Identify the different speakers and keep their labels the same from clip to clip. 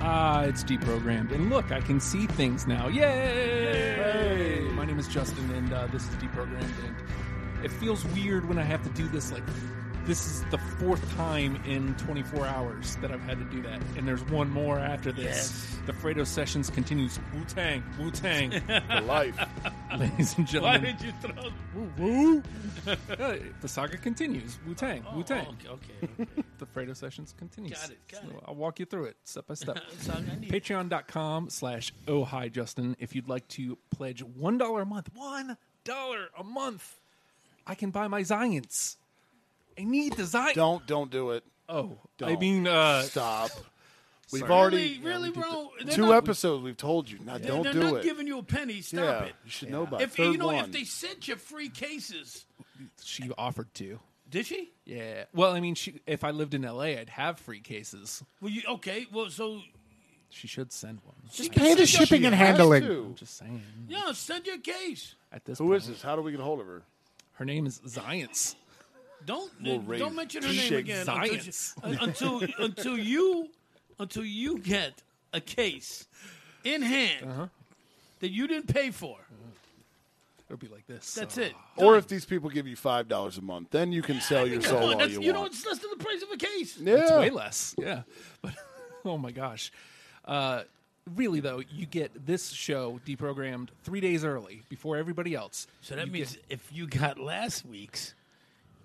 Speaker 1: Ah, it's deprogrammed. And look, I can see things now. Yay! Hey! My name is Justin, and uh, this is deprogrammed. And it feels weird when I have to do this. Like, this is the fourth time in 24 hours that I've had to do that. And there's one more after this.
Speaker 2: Yes.
Speaker 1: The Fredo Sessions continues. Wu Tang, Wu Tang,
Speaker 3: For life.
Speaker 1: ladies and
Speaker 2: Why
Speaker 1: gentlemen.
Speaker 2: did you throw?
Speaker 1: Woo woo! Uh, the saga continues. Wu Tang, Wu Tang.
Speaker 2: Oh, okay. okay.
Speaker 1: The Fredo Sessions continues.
Speaker 2: Got it, got it.
Speaker 1: I'll walk you through it step by step.
Speaker 2: That's all I need.
Speaker 1: patreon.com slash oh hi justin if you'd like to pledge one dollar a month one dollar a month i can buy my zions i need the zion
Speaker 3: Don't don't do it.
Speaker 1: oh
Speaker 3: Don't.
Speaker 1: i mean uh
Speaker 3: Stop. We've
Speaker 1: sorry.
Speaker 3: already
Speaker 2: really, really,
Speaker 3: yeah, we did
Speaker 2: bro.
Speaker 3: that.
Speaker 2: They're
Speaker 3: Two
Speaker 2: not-
Speaker 3: episodes. We've told you. Now, don't
Speaker 2: they're
Speaker 3: do
Speaker 2: not
Speaker 3: it.
Speaker 2: giving you a penny. Stop
Speaker 3: yeah,
Speaker 2: it.
Speaker 3: you should know about it.
Speaker 2: If
Speaker 3: Third
Speaker 2: you know,
Speaker 3: one.
Speaker 2: if they sent you free cases,
Speaker 1: she offered to
Speaker 2: did she?
Speaker 1: yeah well i mean she, if i lived in la i'd have free cases
Speaker 2: Well, you okay? Well, so
Speaker 1: she should send one
Speaker 4: Just pay the
Speaker 3: She
Speaker 4: shipping and
Speaker 3: has
Speaker 4: handling.
Speaker 3: to.
Speaker 1: i'm just saying
Speaker 2: yeah, send your case.
Speaker 1: at this
Speaker 3: Who
Speaker 1: point
Speaker 3: is this? How do we get a hold of her?
Speaker 1: her name is zions
Speaker 2: Don't
Speaker 3: raise
Speaker 2: don't mention her name
Speaker 3: shit
Speaker 2: again uh,
Speaker 1: science.
Speaker 2: until until, until you until you get a case in hand
Speaker 3: Uh-huh.
Speaker 2: that you didn't pay for.
Speaker 1: it'll be like this
Speaker 2: That's
Speaker 1: so-
Speaker 2: it.
Speaker 3: Or if these people give you five dollars a month, then you can sell your soul all
Speaker 2: that's,
Speaker 3: you,
Speaker 2: you know,
Speaker 3: want.
Speaker 2: it's less than the price of a case.
Speaker 3: Yeah.
Speaker 1: It's way less. Yeah. But oh my gosh. Uh, really though, you get this show deprogrammed three days early before everybody else.
Speaker 2: So that means if you got last week's,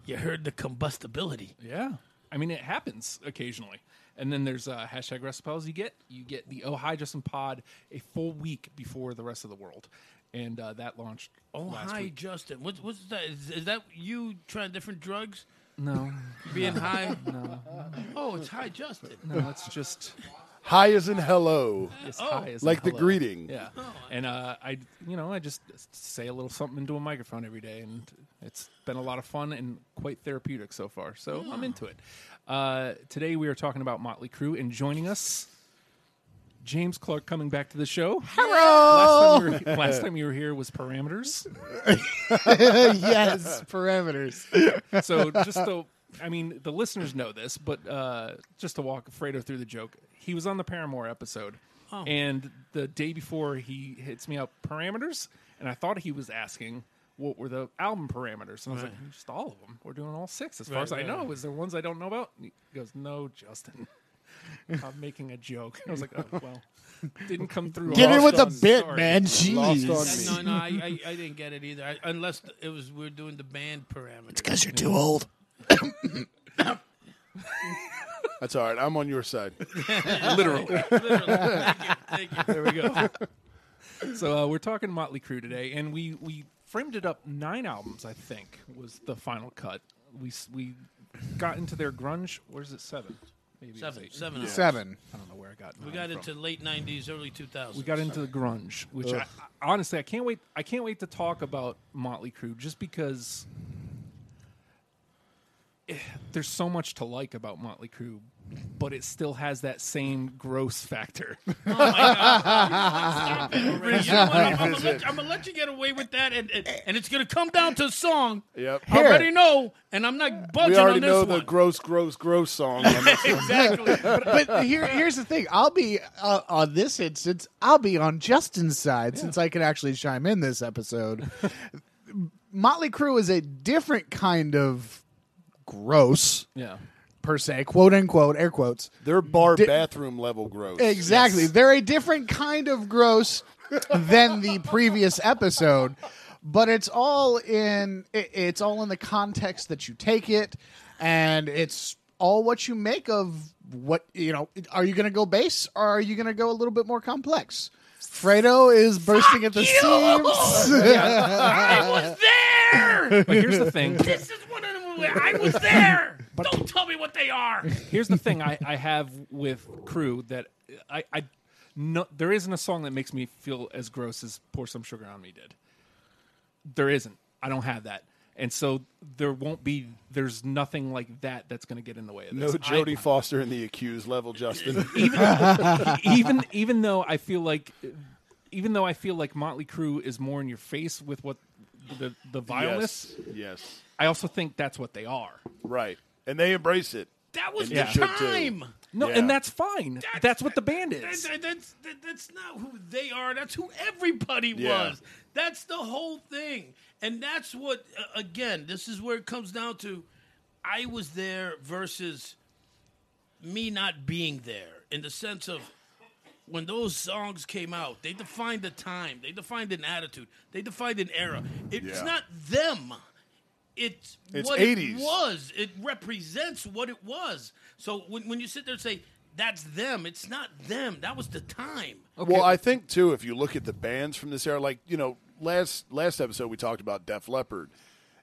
Speaker 2: you heard the combustibility.
Speaker 1: Yeah. I mean, it happens occasionally. And then there's uh, hashtag recipes you get. You get the Oh Hi Justin Pod a full week before the rest of the world. And uh, that launched
Speaker 2: Oh
Speaker 1: last
Speaker 2: hi,
Speaker 1: week.
Speaker 2: Justin. What's what's that? Is, is that you trying different drugs?
Speaker 1: No,
Speaker 2: Being high? No. Oh, it's hi, Justin.
Speaker 1: no, that's just
Speaker 3: High as in hello,
Speaker 1: it's
Speaker 2: Oh,
Speaker 1: high as in
Speaker 3: like the
Speaker 1: hello.
Speaker 3: greeting.
Speaker 1: Yeah. And uh, I, you know, I just say a little something into a microphone every day, and it's been a lot of fun and quite therapeutic so far. So I'm into it. Uh, today we are talking about Motley Crue, and joining us, James Clark coming back to the show. Hello. Last time you were, last time you were here was Parameters.
Speaker 4: yes, parameters.
Speaker 1: So just to, I mean, the listeners know this, but uh, just to walk Fredo through the joke, he was on the Paramore episode,
Speaker 2: Oh.
Speaker 1: and the day before he hits me up parameters, and I thought he was asking what were the album parameters, and I was like, just all of them. We're doing all six, as far
Speaker 2: Right,
Speaker 1: as I
Speaker 2: right,
Speaker 1: know. Is there ones I don't know about? And he goes, no, Justin. I'm making a joke. I was like, oh, well, didn't come through.
Speaker 4: Get in
Speaker 1: Lost
Speaker 4: with a
Speaker 1: on-
Speaker 4: bit,
Speaker 1: sorry.
Speaker 4: man.
Speaker 3: Lost on
Speaker 4: Jeez.
Speaker 3: me.
Speaker 2: No, no, I, I, I didn't get it either. I, unless th- it was we are doing the band parameters.
Speaker 4: Because you're too old.
Speaker 3: That's all right. I'm on your side.
Speaker 1: Literally.
Speaker 2: Thank you.
Speaker 1: There we go. so uh, we're talking Motley Crue today, and we we framed it up nine albums. I think was the final cut. We s- we got into their grunge. Where's it seven? Maybe it was
Speaker 2: Seven,
Speaker 1: eight.
Speaker 2: seven. hours.
Speaker 4: Seven.
Speaker 1: I don't know where I got.
Speaker 2: We
Speaker 1: nine
Speaker 2: got
Speaker 1: from.
Speaker 2: into late '90s, early 2000s.
Speaker 1: We got into the grunge, which I, I, honestly I can't wait. I can't wait to talk about Motley Crue just because eh, there's so much to like about Motley Crue, but it still has that same gross factor.
Speaker 2: I'm, gonna let, I'm gonna let you get away with that, and and, and it's gonna come down to a song.
Speaker 3: Yep.
Speaker 2: I already know, and I'm not budging
Speaker 3: we already
Speaker 2: on this
Speaker 3: know
Speaker 2: one.
Speaker 3: the gross, gross, gross song. on this one.
Speaker 2: exactly.
Speaker 4: But here, here's the thing. I'll be uh, on this instance. I'll be on Justin's side since I can actually chime in this episode. Motley Crue is a different kind of gross
Speaker 1: yeah.
Speaker 4: per se, quote unquote, air quotes.
Speaker 3: They're bar
Speaker 4: Di-
Speaker 3: bathroom level gross.
Speaker 4: Exactly. They're a different kind of gross than the previous episode, but it's all in it, it's all in the context that you take it and it's all what you make of what you know, are you going to go base or are you going to go a little bit more complex? Fredo is bursting at the seams.
Speaker 2: I was there.
Speaker 1: But here's the thing.
Speaker 2: This is one of them. Where I was there. Don't tell me what they are.
Speaker 1: Here's the thing I, I have with crew that I, I no, there isn't a song that makes me feel as gross as "Pour Some Sugar on Me" did. There isn't. I don't have that, and so there won't be. There's nothing like that that's going to get in the way of
Speaker 3: No
Speaker 1: this. I-
Speaker 3: Jodie Foster in the accused level, Justin.
Speaker 1: even even though I feel like even though I feel like Motley Crue is more in your face with what the the vileness,
Speaker 3: yes. Yes.
Speaker 1: I also think that's what they are.
Speaker 3: Right. And they embrace it.
Speaker 2: That was
Speaker 3: And you
Speaker 2: the
Speaker 3: should too.
Speaker 2: time.
Speaker 1: No,
Speaker 3: Yeah.
Speaker 1: and that's fine. That's, what the band
Speaker 2: That's,
Speaker 1: is.
Speaker 2: that's, that- that's not who they are. That's who everybody
Speaker 3: Yeah.
Speaker 2: was. That's the whole thing. And that's what, uh, again, this is where it comes down to I was there versus me not being there in the sense of when those songs came out, they defined a time, they defined an attitude, they defined an era. It's
Speaker 3: Yeah.
Speaker 2: not them. It's,
Speaker 3: It's
Speaker 2: what
Speaker 3: 80s.
Speaker 2: it was. It represents what it was. So when, when you sit there and say, that's them, it's not them. That was the time.
Speaker 3: Well, I think too, if you look at the bands from this era, like you know, last last episode we talked about Def Leppard.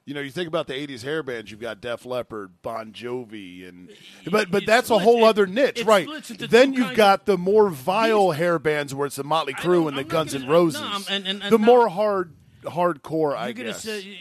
Speaker 3: You know, you think about the '80s hair bands. You've got Def Leppard, Bon Jovi, and but but
Speaker 2: it
Speaker 3: that's a
Speaker 2: splits-
Speaker 3: whole
Speaker 2: it-
Speaker 3: other niche,
Speaker 2: it
Speaker 3: right?
Speaker 2: splits into
Speaker 3: Then
Speaker 2: two
Speaker 3: you've
Speaker 2: kinds
Speaker 3: got the more vile hair bands, where it's the Motley
Speaker 2: I
Speaker 3: Crue
Speaker 2: don't-
Speaker 3: and the
Speaker 2: I'm not
Speaker 3: Guns
Speaker 2: gonna-
Speaker 3: N' Roses.
Speaker 2: no, I'm- and- and- and
Speaker 3: the
Speaker 2: now-
Speaker 3: more hard hardcore, I
Speaker 2: You're gonna
Speaker 3: guess.
Speaker 2: say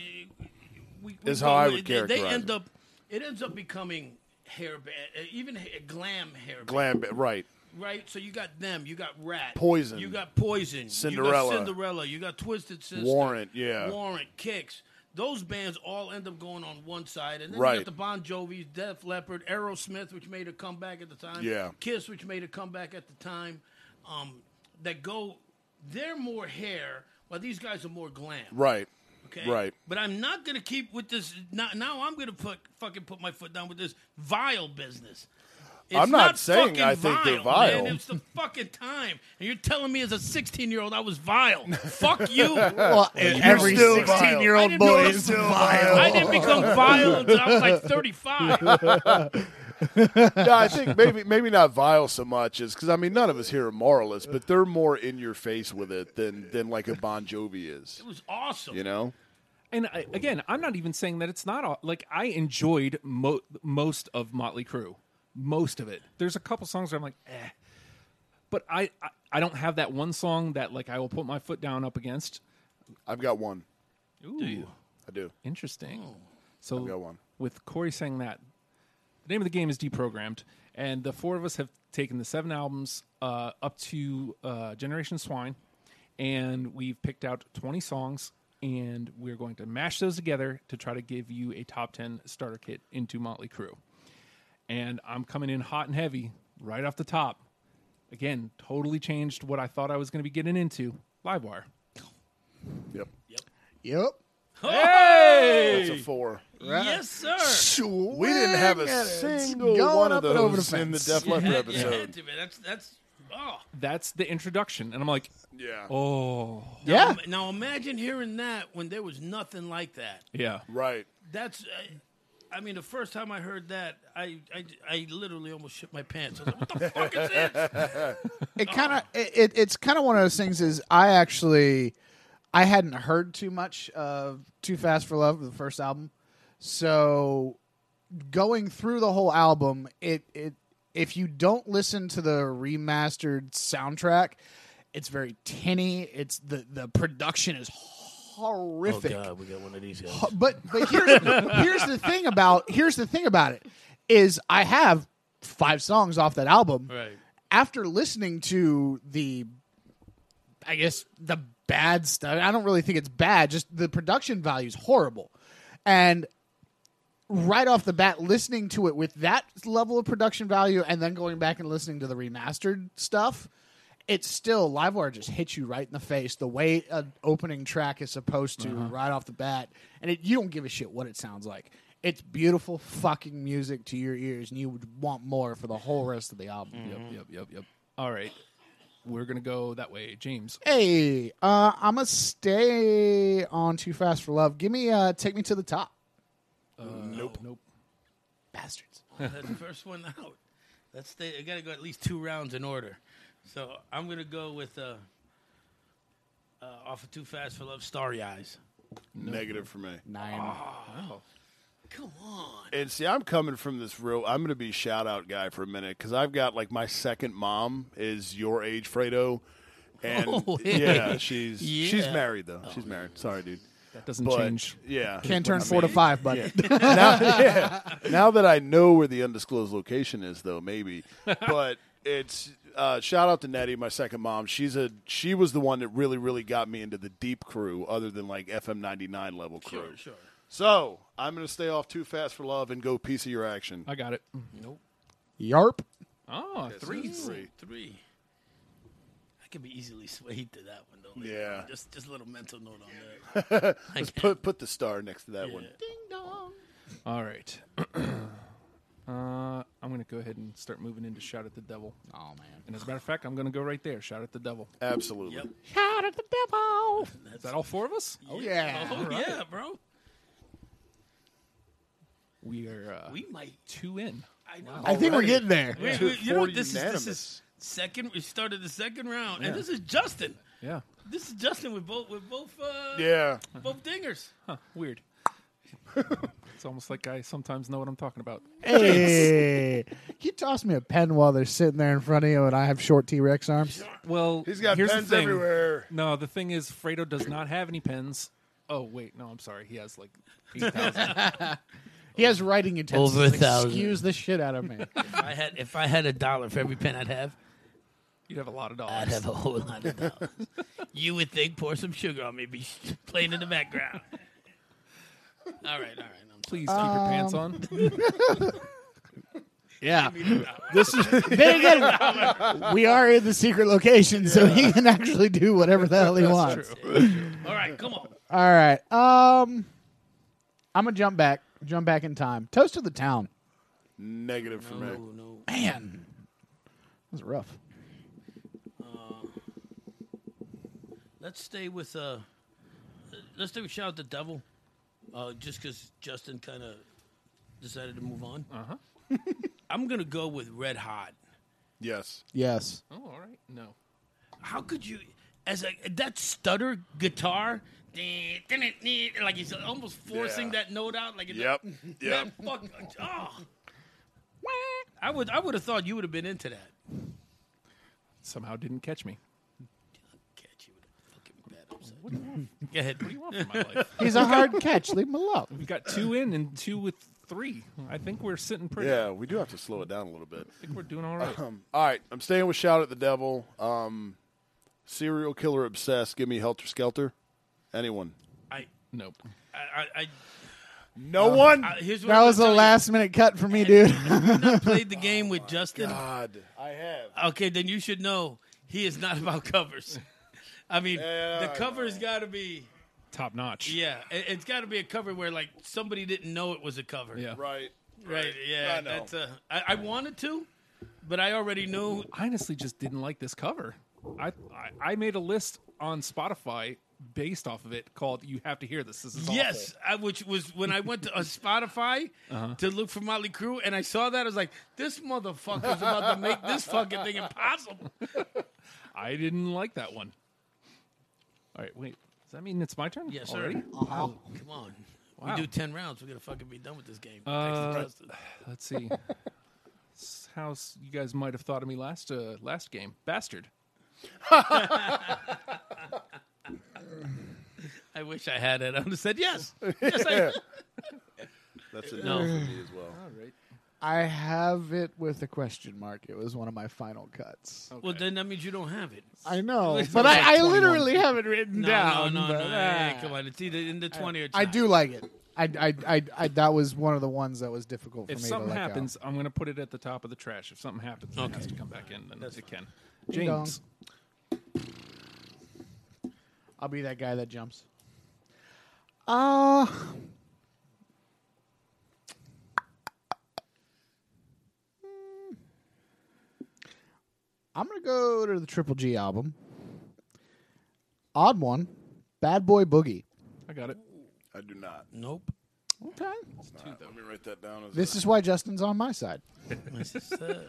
Speaker 2: we, we
Speaker 3: Is how I would
Speaker 2: they, they
Speaker 3: characterize
Speaker 2: end
Speaker 3: it.
Speaker 2: up. It ends up becoming hair band, uh, even ha- glam hair band,
Speaker 3: Glam, ba- right?
Speaker 2: right? So you got them, you got Rat,
Speaker 3: Poison.
Speaker 2: you got Poison,
Speaker 3: Cinderella.
Speaker 2: you got Cinderella, you got Twisted Sister,
Speaker 3: Warrant, yeah.
Speaker 2: Warrant, Kicks. Those bands all end up going on one side, and then you
Speaker 3: Right.
Speaker 2: got the Bon Jovi's, Def Leppard, Aerosmith, which made a comeback at the time,
Speaker 3: Yeah.
Speaker 2: Kiss, which made a comeback at the time, um, that go. They're more hair, while these guys are more glam,
Speaker 3: Right.
Speaker 2: okay?
Speaker 3: Right.
Speaker 2: But I'm not gonna keep with this. Now, now I'm gonna put fucking put my foot down with this vile business. It's
Speaker 3: I'm not saying
Speaker 2: fucking
Speaker 3: I think they're
Speaker 2: vile,
Speaker 3: vile.
Speaker 2: Man. It's the fucking time, and you're telling me as a 16 year old I was vile. Fuck you.
Speaker 4: Well, every
Speaker 3: still vile.
Speaker 4: 16 year
Speaker 2: I
Speaker 4: old
Speaker 2: didn't
Speaker 4: boy
Speaker 2: know it
Speaker 4: is
Speaker 2: was
Speaker 4: vile.
Speaker 2: I didn't become vile until I was like 35.
Speaker 3: no, I think maybe maybe not vile so much is because I mean none of us here are moralists, but they're more in your face with it than than like a Bon Jovi is.
Speaker 2: It was awesome.
Speaker 3: You know,
Speaker 1: and I, again, I'm not even saying that it's not all, like I enjoyed mo- most of Motley Crue, most of it. There's a couple songs where I'm like, eh, but I, I I don't have that one song that like I will put my foot down up against.
Speaker 3: I've got one.
Speaker 1: Ooh,
Speaker 3: I do.
Speaker 1: interesting. So
Speaker 3: Hmm. got one.
Speaker 1: with Corey saying that, the name of the game is deprogrammed, and the four of us have taken the seven albums uh, up to uh, Generation Swine, and we've picked out 20 songs, and we're going to mash those together to try to give you a top 10 starter kit into Motley Crue. And I'm coming in hot and heavy right off the top. Again, totally changed what I thought I was going to be getting into. Livewire.
Speaker 3: Yep.
Speaker 4: Yep.
Speaker 3: That's a four.
Speaker 2: Yes, sir.
Speaker 3: We didn't have a single one of
Speaker 4: up and over the
Speaker 3: those in the
Speaker 4: fence.
Speaker 3: Def Leppard
Speaker 2: Had- you had
Speaker 3: episode.
Speaker 2: to, man. That's that's oh.
Speaker 1: That's the introduction. And I'm like,
Speaker 3: Yeah.
Speaker 1: oh,
Speaker 4: Yeah.
Speaker 2: Um, Now imagine hearing that when there was nothing like that.
Speaker 1: yeah.
Speaker 3: Right.
Speaker 2: That's, uh, I, I mean, the first time I heard that, I, I, I literally almost shit my pants. I was like, what the fuck is this?
Speaker 4: it kind of it, it, it's kind of one of those things is i actually i hadn't heard too much of too fast for love the first album so going through the whole album it it if you don't listen to the remastered soundtrack it's very tinny it's the the production is horrific
Speaker 2: we got one of these guys.
Speaker 4: but but here's, here's the thing about here's the thing about it is I have five songs off that album.
Speaker 2: Right.
Speaker 4: After listening to the, I guess the bad stuff. I don't really think it's bad. Just the production value is horrible, and right off the bat, listening to it with that level of production value, and then going back and listening to the remastered stuff. It's still Livewire just hits you right in the face the way an opening track is supposed to right off the bat, and it, you don't give a shit what it sounds like. It's beautiful fucking music to your ears, and you would want more for the whole rest of the album.
Speaker 1: Yep, yep, yep, yep. All right. We're going to go that way. James.
Speaker 4: Hey, uh, I'm gonna stay on Too Fast for Love. Give me, uh, take me to the top,
Speaker 1: nope. Nope.
Speaker 4: bastards.
Speaker 2: That's the first one out. That's the, I got to go at least two rounds in order. So I'm going to go with, uh, uh, off of Too Fast for Love, Starry Eyes.
Speaker 3: Negative for me.
Speaker 4: Nine.
Speaker 2: Come on.
Speaker 3: And see, I'm coming from this real. I'm going to be shout out guy for a minute because I've got like my second mom is your age, Fredo, and
Speaker 2: hey.
Speaker 3: yeah, she's she's
Speaker 2: Yeah.
Speaker 3: married though. she's married. Sorry, dude.
Speaker 1: That doesn't
Speaker 3: But
Speaker 1: change.
Speaker 3: yeah,
Speaker 4: Can't turn
Speaker 3: I
Speaker 4: four to
Speaker 3: mean,
Speaker 4: five, buddy.
Speaker 3: now, yeah. now that I know where the undisclosed location is, though, maybe. But it's uh, shout out to Nettie, my second mom. She's a she was the one that really really got me into the deep crew, other than like FM ninety nine level crew.
Speaker 2: Sure, sure.
Speaker 3: So I'm gonna stay off too fast for love and go piece of your action.
Speaker 1: I got it.
Speaker 2: Nope.
Speaker 4: Yarp.
Speaker 1: Oh, three.
Speaker 2: Three. Three. I could be easily swayed to that one, though. later
Speaker 3: Yeah.
Speaker 2: on. Just, just a little mental note on that. I
Speaker 3: Just
Speaker 2: can't-
Speaker 3: put put the star next to that
Speaker 2: yeah.
Speaker 3: one.
Speaker 1: All right. uh, I'm going to go ahead and start moving into Shout at the Devil.
Speaker 4: Oh man.
Speaker 1: And as a matter of fact, I'm going to go right there. Shout at the Devil.
Speaker 3: Absolutely.
Speaker 2: Yep.
Speaker 4: Shout at the devil.
Speaker 1: Is that all four of us?
Speaker 4: Oh yeah.
Speaker 2: Oh, yeah, bro.
Speaker 1: We are uh,
Speaker 2: We might.
Speaker 1: two in.
Speaker 2: I know.
Speaker 4: I think we're
Speaker 3: Already.
Speaker 4: getting there.
Speaker 2: Wait,
Speaker 3: Two
Speaker 2: wait, you know what
Speaker 3: for
Speaker 2: this is? This
Speaker 3: unanimous.
Speaker 2: is second. We started the second round, and
Speaker 1: Yeah.
Speaker 2: this is Justin.
Speaker 1: Yeah.
Speaker 2: This is Justin with both with both uh,
Speaker 3: Yeah.
Speaker 2: both dingers.
Speaker 1: Huh. Weird. it's almost like I sometimes know what I'm talking about.
Speaker 4: Hey, can you toss me a pen while they're sitting there in front of you, and I have short T Rex arms.
Speaker 1: Well,
Speaker 3: He's got
Speaker 1: here's the
Speaker 3: pens
Speaker 1: thing.
Speaker 3: everywhere.
Speaker 1: No, the thing is, Fredo does not have any pens. Oh wait, no, I'm sorry. He has like eight thousand.
Speaker 4: He has writing utensils.
Speaker 2: Over a thousand.
Speaker 4: Excuse the shit out of me.
Speaker 2: If I had if I had a dollar for every pen I'd have,
Speaker 1: You'd have a lot of
Speaker 2: I'd
Speaker 1: dollars.
Speaker 2: have a whole lot of dollars. you would think pour some sugar on me, be playing in the background. all right, all right. I'm sorry.
Speaker 1: Please keep your pants on.
Speaker 4: yeah. This is then again, we are in the secret location, so he can actually do whatever the hell he wants.
Speaker 2: All right, come on.
Speaker 4: All right. Um, I'm gonna jump back, jump back in time. Toast to the town,
Speaker 3: Negative for me.
Speaker 2: No, no.
Speaker 4: man. That was rough.
Speaker 2: Let's stay with uh, let's stay with shout out the devil, uh, just because Justin kind of decided to move on. Uh huh.
Speaker 3: Uh-huh.
Speaker 2: I'm gonna go with Red Hot.
Speaker 3: Yes.
Speaker 4: Yes.
Speaker 1: Oh, all right. No.
Speaker 2: How could you, as a that stutter guitar, like he's almost forcing
Speaker 3: Yeah.
Speaker 2: that note out, like it's
Speaker 3: Yep.
Speaker 2: that
Speaker 3: Yep.
Speaker 2: fuck. Oh. I would I would have thought you would have been into that.
Speaker 1: Somehow didn't catch me.
Speaker 2: Catch you with a fucking bad upset. Go ahead.
Speaker 1: What do you want from my life?
Speaker 4: He's a hard catch. Leave him alone.
Speaker 1: We've got two in and two with three. I think we're sitting pretty.
Speaker 3: Yeah, we do have to slow it down a little bit.
Speaker 1: I think we're doing all right.
Speaker 3: Um, all right, I'm staying with Shout at the Devil. Um, serial killer obsessed. Give me Helter Skelter. Anyone?
Speaker 2: I
Speaker 1: Nope.
Speaker 2: I I, I
Speaker 3: No one.
Speaker 2: I- here's what
Speaker 4: That
Speaker 2: I'm
Speaker 4: was
Speaker 2: gonna
Speaker 4: a
Speaker 2: tell you.
Speaker 4: last minute cut for me, dude.
Speaker 2: I played the game
Speaker 3: Oh
Speaker 2: with Justin.
Speaker 3: God, I have.
Speaker 2: Okay, then you should know he is not about covers. I mean,
Speaker 3: Yeah,
Speaker 2: the
Speaker 3: I
Speaker 2: cover's got to be
Speaker 1: Top notch.
Speaker 2: yeah, it, it's got to be a cover where like somebody didn't know it was a cover.
Speaker 1: Yeah.
Speaker 3: Right.
Speaker 2: right. Yeah,
Speaker 3: I know.
Speaker 2: that's uh, I, I wanted to, but I already knew.
Speaker 1: I honestly just didn't like this cover. I, I I made a list on Spotify based off of it called "You Have to Hear This." This is awful.
Speaker 2: Yes, I, which was when I went to uh, Spotify
Speaker 1: Uh-huh.
Speaker 2: to look for Motley Crue, and I saw that I was like, "This motherfucker's about to make this fucking thing impossible."
Speaker 1: I didn't like that one. All right, wait. Does that mean it's my turn?
Speaker 2: Yes, sir. Oh,
Speaker 1: already?
Speaker 3: Uh-huh.
Speaker 2: Come on,
Speaker 1: Wow.
Speaker 2: we do ten rounds, we're gonna fucking be done with this game.
Speaker 1: Uh,
Speaker 2: Thanks to Justin.
Speaker 1: Let's see. S- How s- you guys might have thought of me last uh, last game, bastard.
Speaker 2: I wish I had it. I would have said yes.
Speaker 3: That's a
Speaker 2: No.
Speaker 3: no for me as well.
Speaker 1: All right.
Speaker 4: I have it with a question mark. It was one of my final cuts.
Speaker 2: Well, then that means you don't have it.
Speaker 4: I know,
Speaker 2: It's
Speaker 4: but
Speaker 2: like
Speaker 4: I, I
Speaker 1: 21.
Speaker 4: literally have it written
Speaker 2: No,
Speaker 4: down.
Speaker 2: no, no,
Speaker 4: but,
Speaker 2: no.
Speaker 4: ah.
Speaker 2: Hey, come on, it's either in the twenty or it's
Speaker 4: I
Speaker 2: not.
Speaker 4: do like it. I, I, I, I, that was one of the ones that was difficult for
Speaker 1: If
Speaker 4: me
Speaker 1: something
Speaker 4: to let go.
Speaker 1: happens, I'm going to put it at the top of the trash. If something happens, it has to come back in. Then it can.
Speaker 4: Ding dong.
Speaker 1: James,
Speaker 4: I'll be that guy that jumps. Uh I'm gonna go to the Triple G album. Odd one, Bad Boy Boogie.
Speaker 1: I got it.
Speaker 3: I do not.
Speaker 2: Nope.
Speaker 4: Okay.
Speaker 3: All right, let me write that down. As
Speaker 4: This is why Justin's on my side.
Speaker 2: This is, uh,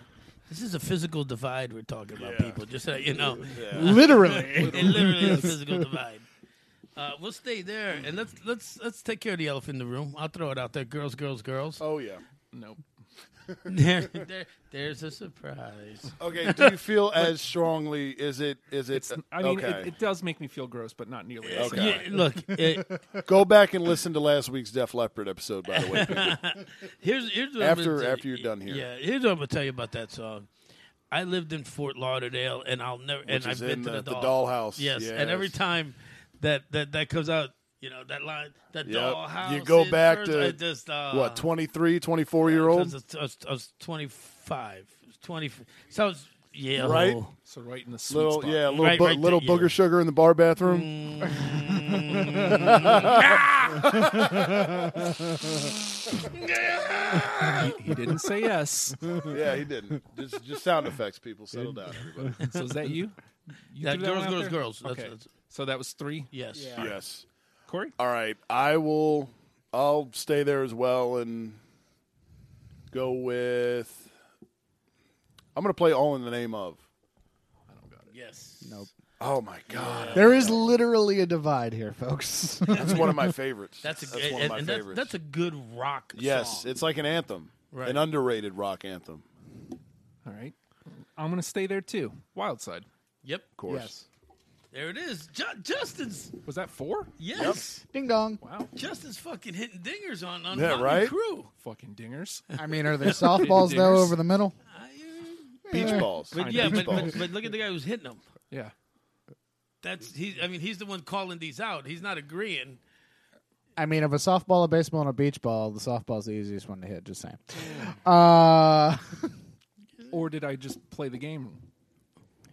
Speaker 2: this is a physical divide we're talking about,
Speaker 3: Yeah.
Speaker 2: people. Just so you know,
Speaker 4: Literally.
Speaker 2: it literally is a physical divide. Uh, we'll stay there and let's let's let's take care of the elephant in the room. I'll throw it out there, girls, girls, girls.
Speaker 3: oh yeah.
Speaker 1: Nope.
Speaker 2: There, there, there's a surprise.
Speaker 3: Okay. Do you feel as strongly? Is it? Is it?
Speaker 1: It's. I mean,
Speaker 3: okay.
Speaker 1: it, it does make me feel gross, but not nearly. as
Speaker 3: Okay.
Speaker 2: Yeah, look, it,
Speaker 3: Go back and listen to last week's Def Leppard episode. By the way, people.
Speaker 2: Here's here's what
Speaker 3: After-
Speaker 2: I'm gonna tell
Speaker 3: after
Speaker 2: you-
Speaker 3: you're done here.
Speaker 2: Yeah, here's what I'm gonna tell you about that song. I lived in Fort Lauderdale, and I'll never. and
Speaker 3: Which
Speaker 2: I've
Speaker 3: is
Speaker 2: been
Speaker 3: in
Speaker 2: to the,
Speaker 3: the- the
Speaker 2: doll.
Speaker 3: dollhouse.
Speaker 2: Yes.
Speaker 3: Yes.
Speaker 2: and every time that that that comes out, you know that line, that
Speaker 3: Yep.
Speaker 2: dollhouse.
Speaker 3: You go
Speaker 2: it
Speaker 3: back
Speaker 2: turns-
Speaker 3: to
Speaker 2: I just uh,
Speaker 3: what 23, 24 year
Speaker 2: I was,
Speaker 3: old.
Speaker 2: I was, I was 24 25. 20. Sounds, yeah.
Speaker 3: Right?
Speaker 1: So right in the sweet
Speaker 3: Little,
Speaker 1: spot.
Speaker 3: yeah, little,
Speaker 2: Right,
Speaker 3: bu-
Speaker 2: right
Speaker 3: little
Speaker 2: there, yeah.
Speaker 3: booger sugar in the bar bathroom.
Speaker 1: He didn't say yes.
Speaker 3: Yeah, he didn't. Just, just sound effects, people. Settle down, everybody.
Speaker 1: So is that you? you
Speaker 2: Yeah,
Speaker 1: threw that
Speaker 2: girls,
Speaker 1: one out
Speaker 2: girls,
Speaker 1: there?
Speaker 2: girls. That's-
Speaker 1: Okay.
Speaker 2: that's-
Speaker 1: so that was three.
Speaker 2: Yes.
Speaker 3: Yes.
Speaker 1: Corey.
Speaker 3: All right, I will. I'll stay there as well and go with. I'm going to play all in the name of.
Speaker 2: Yes.
Speaker 4: Nope.
Speaker 3: Oh my god,
Speaker 4: There is literally a divide here, folks.
Speaker 3: that's one of my favorites.
Speaker 2: That's a
Speaker 3: that's
Speaker 2: and-
Speaker 3: one of my
Speaker 2: and that's,
Speaker 3: favorites.
Speaker 2: that's a good rock
Speaker 3: yes,
Speaker 2: song.
Speaker 3: it's like an anthem,
Speaker 2: Right.
Speaker 3: an underrated rock anthem.
Speaker 1: All right. I'm gonna stay there too. Wild side.
Speaker 2: Yep.
Speaker 3: Of course,
Speaker 2: There it is. Ju- Justin's.
Speaker 1: Was that four?
Speaker 2: Yes.
Speaker 4: Ding dong.
Speaker 1: Wow.
Speaker 2: Justin's fucking hitting dingers on on
Speaker 3: Yeah,
Speaker 2: Motley
Speaker 3: right?
Speaker 2: crew.
Speaker 1: Fucking dingers.
Speaker 4: I mean, are there softballs though
Speaker 1: Dingers.
Speaker 4: over the middle?
Speaker 2: I,
Speaker 3: beach balls.
Speaker 2: but yeah, but,
Speaker 3: beach balls.
Speaker 2: but, but look at the guy who's hitting them.
Speaker 1: Yeah.
Speaker 2: That's he. I mean, he's the one calling these out. He's not agreeing.
Speaker 4: I mean, of a softball, a baseball, and a beach ball, the softball's the easiest one to hit. Just saying.
Speaker 1: Mm.
Speaker 4: Uh,
Speaker 1: Or did I just play the game?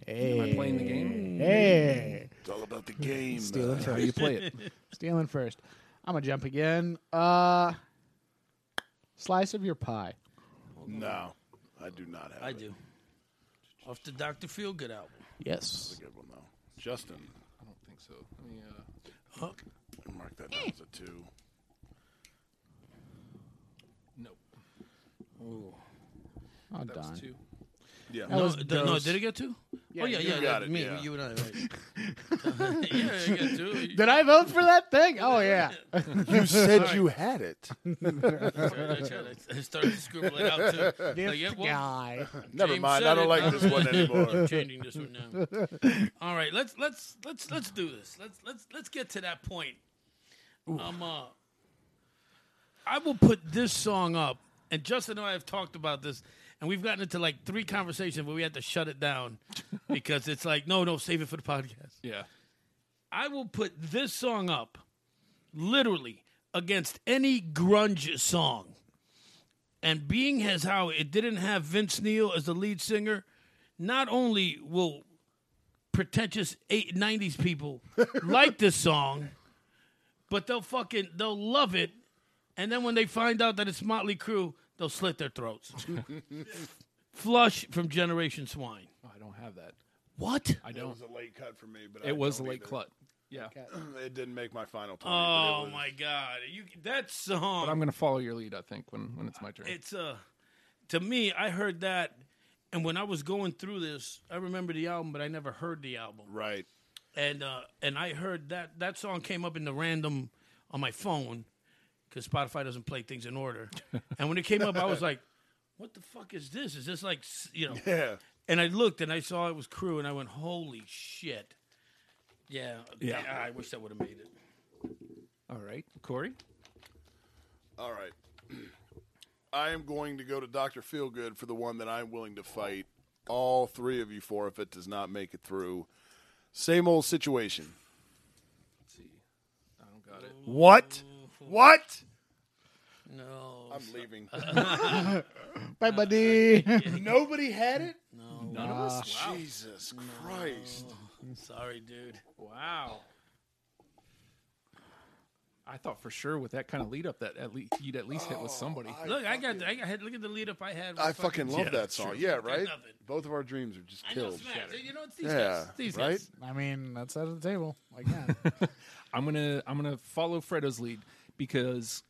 Speaker 1: Am I
Speaker 4: hey,
Speaker 1: playing the game?
Speaker 4: hey,
Speaker 3: it's all about the game.
Speaker 4: stealing
Speaker 1: How
Speaker 4: first,
Speaker 1: you play it?
Speaker 4: stealing first. I'm gonna jump again. Uh, slice of your pie.
Speaker 3: No, I do not have.
Speaker 2: I
Speaker 3: it.
Speaker 2: do. Off the Dr. Feelgood album.
Speaker 4: Yes.
Speaker 3: Good one though, Justin.
Speaker 1: I don't think so. Let me. Uh,
Speaker 3: Mark that down as a two.
Speaker 1: no.
Speaker 4: Oh,
Speaker 1: That was
Speaker 4: darn.
Speaker 1: two.
Speaker 3: Yeah,
Speaker 4: That
Speaker 2: No,
Speaker 4: was
Speaker 2: d- no,
Speaker 4: gross.
Speaker 2: did it get two? oh yeah,
Speaker 3: you
Speaker 2: yeah,
Speaker 3: got
Speaker 2: yeah,
Speaker 3: it,
Speaker 2: Me,
Speaker 3: yeah.
Speaker 2: you and I. Right. yeah, it got two.
Speaker 4: Did I vote for that thing? Oh yeah.
Speaker 3: you said you had it.
Speaker 2: I tried- I started to scribble it out too. Like, yeah, well,
Speaker 4: Guy.
Speaker 3: Never
Speaker 2: James
Speaker 3: mind.
Speaker 2: said
Speaker 3: I don't
Speaker 2: it.
Speaker 3: like this one
Speaker 2: I'm
Speaker 3: anymore.
Speaker 2: changing this one now. All right, let's let's let's let's do this. Let's let's let's get to that point. Um, uh, I will put this song up, and Justin and I have talked about this, and we've gotten into like three conversations where we had to shut it down because it's like, no, no, save it for the podcast.
Speaker 1: Yeah.
Speaker 2: I will put this song up literally against any grunge song. And being as how it didn't have Vince Neil as the lead singer, not only will pretentious eight, 90s people like this song, but they'll fucking they'll love it. And then when they find out that it's Motley Crue, they'll slit their throats. Flush from Generation Swine.
Speaker 1: Oh, I don't have that.
Speaker 2: What?
Speaker 1: I
Speaker 3: It
Speaker 1: don't.
Speaker 3: was a late cut for me, but I
Speaker 1: It was a
Speaker 3: don't
Speaker 1: late
Speaker 3: either.
Speaker 1: clut. Yeah.
Speaker 3: It didn't make my final twenty. but it
Speaker 2: Oh
Speaker 3: was-
Speaker 2: my god! You that song.
Speaker 1: But I'm gonna follow your lead. I think when when it's my turn.
Speaker 2: it's uh to me i heard that and when i was going through this i remember the album but i never heard the album
Speaker 3: Right.
Speaker 2: and uh and i heard that that song came up in the random on my phone because spotify doesn't play things in order and when it came up i was like what the fuck is this is this like s- you know
Speaker 3: Yeah.
Speaker 2: and i looked and i saw it was crew and i went holy shit yeah
Speaker 1: Yeah.
Speaker 2: i, I wish that would have made it
Speaker 1: All right, Corey.
Speaker 3: All right. I am going to go to Doctor Feelgood for the one that I'm willing to fight all three of you for if it does not make it through. Same old situation.
Speaker 1: Let's see. I don't got it.
Speaker 3: What? What?
Speaker 2: no
Speaker 3: I'm leaving.
Speaker 2: Uh,
Speaker 4: Bye, buddy.
Speaker 3: Nobody had it.
Speaker 1: None of us. Wow.
Speaker 3: Jesus Christ!
Speaker 2: sorry dude
Speaker 1: Wow. I thought for sure with that kind of lead up that at least you'd at least hit with somebody.
Speaker 2: Look, I got, I got. Look at the lead up I had. with
Speaker 3: I fucking love
Speaker 1: Yeah,
Speaker 3: that
Speaker 1: sure.
Speaker 3: song. Yeah, right.
Speaker 2: nothing.
Speaker 3: Both of our dreams are just
Speaker 2: I know,
Speaker 3: killed.
Speaker 2: smack. You know, it's these
Speaker 3: Yeah,
Speaker 2: guys. These
Speaker 3: right.
Speaker 2: guys.
Speaker 4: I mean, that's out of the table. Like that.
Speaker 1: I'm gonna I'm gonna follow Fredo's lead because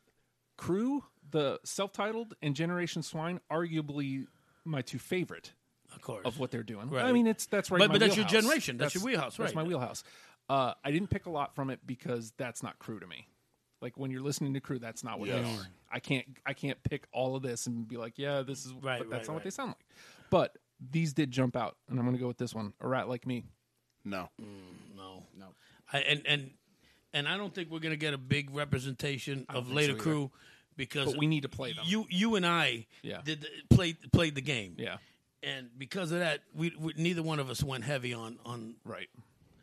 Speaker 1: Crew, the self-titled, and Generation Swine, arguably my two favorite
Speaker 2: Of course.
Speaker 1: of what they're doing. I
Speaker 2: Right.
Speaker 1: mean, it's that's right.
Speaker 2: But-
Speaker 1: in my
Speaker 2: but that's your
Speaker 1: wheelhouse.
Speaker 2: generation. That's your wheelhouse,
Speaker 1: That's my
Speaker 2: right.
Speaker 1: wheelhouse. Uh, I didn't pick a lot from it because that's not Crew to me. Like when you're listening to Crew, that's not what they
Speaker 3: Yes.
Speaker 1: are. I can't I can't pick all of this and be like, yeah, this is.
Speaker 2: Right,
Speaker 1: but that's not
Speaker 2: right,
Speaker 1: what
Speaker 2: right.
Speaker 1: they sound like. But these did jump out, and I'm gonna go with this one. A rat like me.
Speaker 3: No.
Speaker 2: no,
Speaker 4: No.
Speaker 2: I, and and and I don't think we're gonna get a big representation of
Speaker 1: think
Speaker 2: later
Speaker 1: so either.
Speaker 2: crew because
Speaker 1: But we need to play them.
Speaker 2: You you and I
Speaker 1: Yeah.
Speaker 2: did the, played played the game.
Speaker 1: Yeah.
Speaker 2: And because of that, we, we neither one of us went heavy on on
Speaker 1: Right.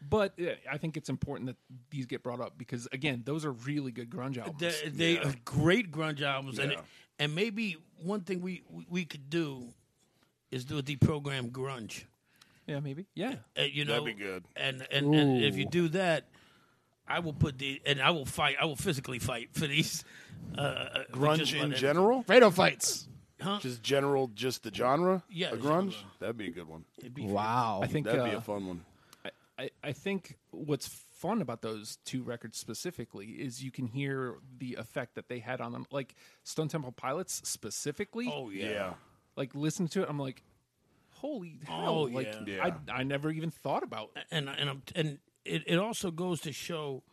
Speaker 1: But uh, I think it's important that these get brought up because again, those are really good grunge albums.
Speaker 2: They, they
Speaker 3: Yeah.
Speaker 2: are great grunge albums, and
Speaker 3: Yeah.
Speaker 2: and maybe one thing we we, we could do is to deprogram grunge.
Speaker 1: Yeah, maybe. Yeah.
Speaker 2: Uh, you know,
Speaker 3: That'd be good.
Speaker 2: And and, and if you do that, I will put the and I will fight. I will physically fight for these uh, just
Speaker 3: Grunge in
Speaker 2: let it-
Speaker 3: general,
Speaker 4: Fredo fights.
Speaker 3: just general, just the genre.
Speaker 2: Yeah,
Speaker 3: a
Speaker 2: the
Speaker 3: grunge.
Speaker 2: genre.
Speaker 3: That'd be a good one.
Speaker 2: It'd be-
Speaker 4: Wow.
Speaker 1: I think
Speaker 3: Oh, That'd
Speaker 1: uh,
Speaker 3: be a fun one.
Speaker 1: I, I think what's fun about those two records specifically is you can hear the effect that they had on them. Like Stone Temple Pilots specifically,
Speaker 2: Oh yeah.
Speaker 1: like listen to it, I'm like, holy hell!
Speaker 2: Oh,
Speaker 1: like
Speaker 3: yeah. Yeah.
Speaker 1: I I never even thought about
Speaker 2: And and I'm, and it, it also goes to show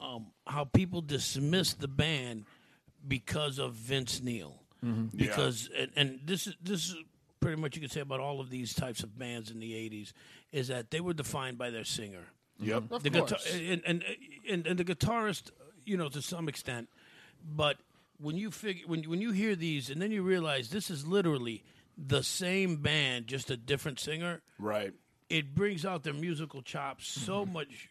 Speaker 2: um, how people dismiss the band because of Vince Neil.
Speaker 3: Mm-hmm.
Speaker 2: Because and, and this is this is pretty much you could say about all of these types of bands in the '80s is that they were defined by their singer.
Speaker 3: Yep.
Speaker 2: the guitar and, and and and the guitarist, you know, to some extent. But when you figure when you- when you hear these, and then you realize this is literally the same band, just a different singer.
Speaker 3: Right.
Speaker 2: It brings out their musical chops so
Speaker 3: Mm-hmm.
Speaker 2: much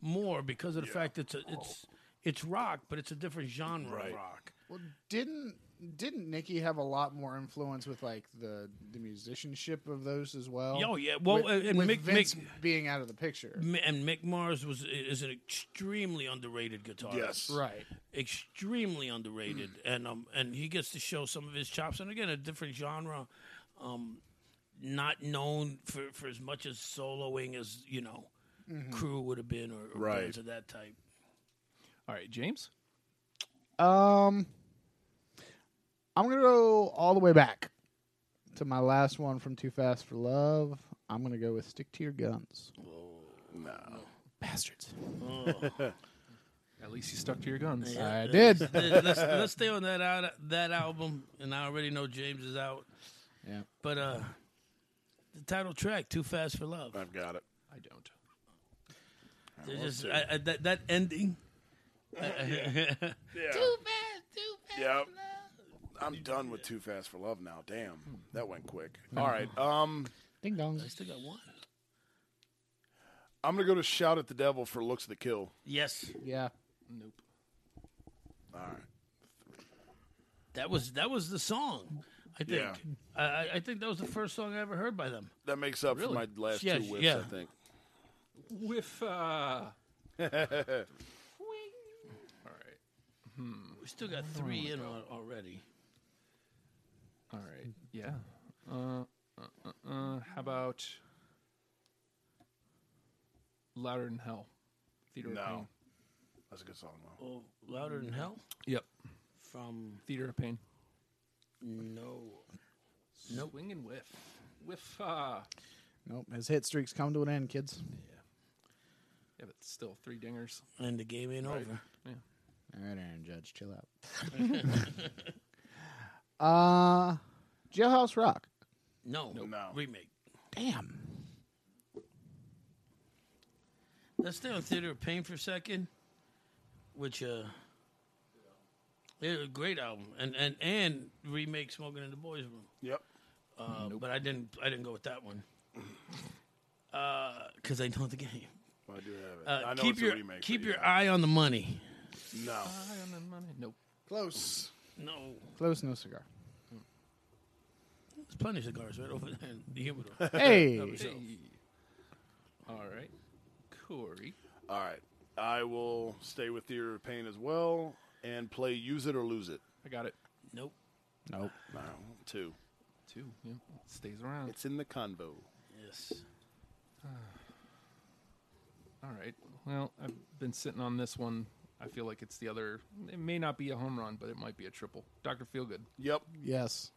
Speaker 2: more because of the fact it's a, it's it's rock, but it's a different genre
Speaker 3: Right.
Speaker 2: of rock.
Speaker 4: Well, didn't didn't Nikki have a lot more influence with like the the musicianship of those as well?
Speaker 2: Oh, yeah. Well,
Speaker 4: With-
Speaker 2: and
Speaker 4: with
Speaker 2: Mick-
Speaker 4: Vince
Speaker 2: Mick-
Speaker 4: being out of the picture,
Speaker 2: M- And Mick Mars was is an extremely underrated guitarist.
Speaker 3: Yes.
Speaker 4: right?
Speaker 2: extremely underrated, and um, and he gets to show some of his chops. And again, a different genre, um, not known for, for as much as soloing as you know, Crew would have been or, or
Speaker 3: Right.
Speaker 2: bands of that type.
Speaker 1: All right, James.
Speaker 4: Um, I'm gonna go all the way back to my last one from Too Fast for Love. I'm gonna go with Stick to Your Guns.
Speaker 1: Bastards. At least you stuck to your guns.
Speaker 4: I did.
Speaker 2: Let's, let's- let's stay on that out, that album, and I already know James is out.
Speaker 4: Yeah.
Speaker 2: but uh, the title track, "Too Fast for Love,"
Speaker 3: I've got it.
Speaker 1: I don't.
Speaker 2: They're just I, I, that that ending.
Speaker 3: Yeah. Too fast. Too fast. Yep. I'm done with Too Fast for Love now. Damn,
Speaker 2: Hmm.
Speaker 3: that went quick. All right. Um,
Speaker 4: Ding dong.
Speaker 2: I still got one.
Speaker 3: I'm gonna go to Shout at the Devil for Looks of the Kill.
Speaker 2: Yes,
Speaker 4: Yeah.
Speaker 1: Nope.
Speaker 3: All right.
Speaker 2: that was that was the song. I think.
Speaker 3: Yeah.
Speaker 2: I, I- I think that was the first song I ever heard by them.
Speaker 3: That makes up for my last
Speaker 2: Yeah,
Speaker 3: two whiffs,
Speaker 2: yeah.
Speaker 3: I think.
Speaker 1: With uh. All right.
Speaker 2: We still got three in al- already.
Speaker 1: All right. Yeah. Uh, uh, uh, uh, how about Louder Than Hell? Theater
Speaker 3: No.
Speaker 1: of Pain.
Speaker 3: That's a good song. Though.
Speaker 2: Oh, louder than hell
Speaker 1: Yep.
Speaker 2: from
Speaker 1: Theater of Pain.
Speaker 2: no.
Speaker 1: Nope. Swing and whiff. Whiff. Uh,
Speaker 4: Nope. His hit streaks come to an end, kids.
Speaker 1: yeah, but still three dingers.
Speaker 2: And the game ain't over.
Speaker 4: All right, Aaron Judge, chill out. uh, Jailhouse Rock.
Speaker 2: No.
Speaker 3: No.
Speaker 2: Remake.
Speaker 4: Damn.
Speaker 2: Let's stay on Theater of Pain for a second. Which uh they're a great album. And and and remake Smoking in the Boys Room.
Speaker 3: Yep.
Speaker 2: Uh, but I didn't I didn't go with that one. because I know the game.
Speaker 3: I do have it.
Speaker 2: Uh,
Speaker 3: I know
Speaker 2: keep
Speaker 3: it's
Speaker 2: your
Speaker 3: a remake.
Speaker 2: keep
Speaker 3: but
Speaker 2: your Uh,
Speaker 3: yeah.
Speaker 2: eye on the money.
Speaker 3: No.
Speaker 1: Eye on the money. Nope.
Speaker 4: Close.
Speaker 2: No,
Speaker 4: Close, no cigar.
Speaker 2: there's plenty of cigars right over there in the humidor.
Speaker 4: Hey.
Speaker 1: Hey. All right. Corey.
Speaker 3: All right. I will stay with Theater of Pain as well and play Use It or Lose It.
Speaker 1: I got it.
Speaker 2: nope.
Speaker 4: nope.
Speaker 3: No. Two.
Speaker 1: Two. Yep. Stays around.
Speaker 3: It's in the convo.
Speaker 2: Yes.
Speaker 1: All right. Well, I've been sitting on this one. I feel like it's the other. It may not be a home run, but it might be a triple. Doctor Feelgood.
Speaker 3: Yep.
Speaker 4: Yes.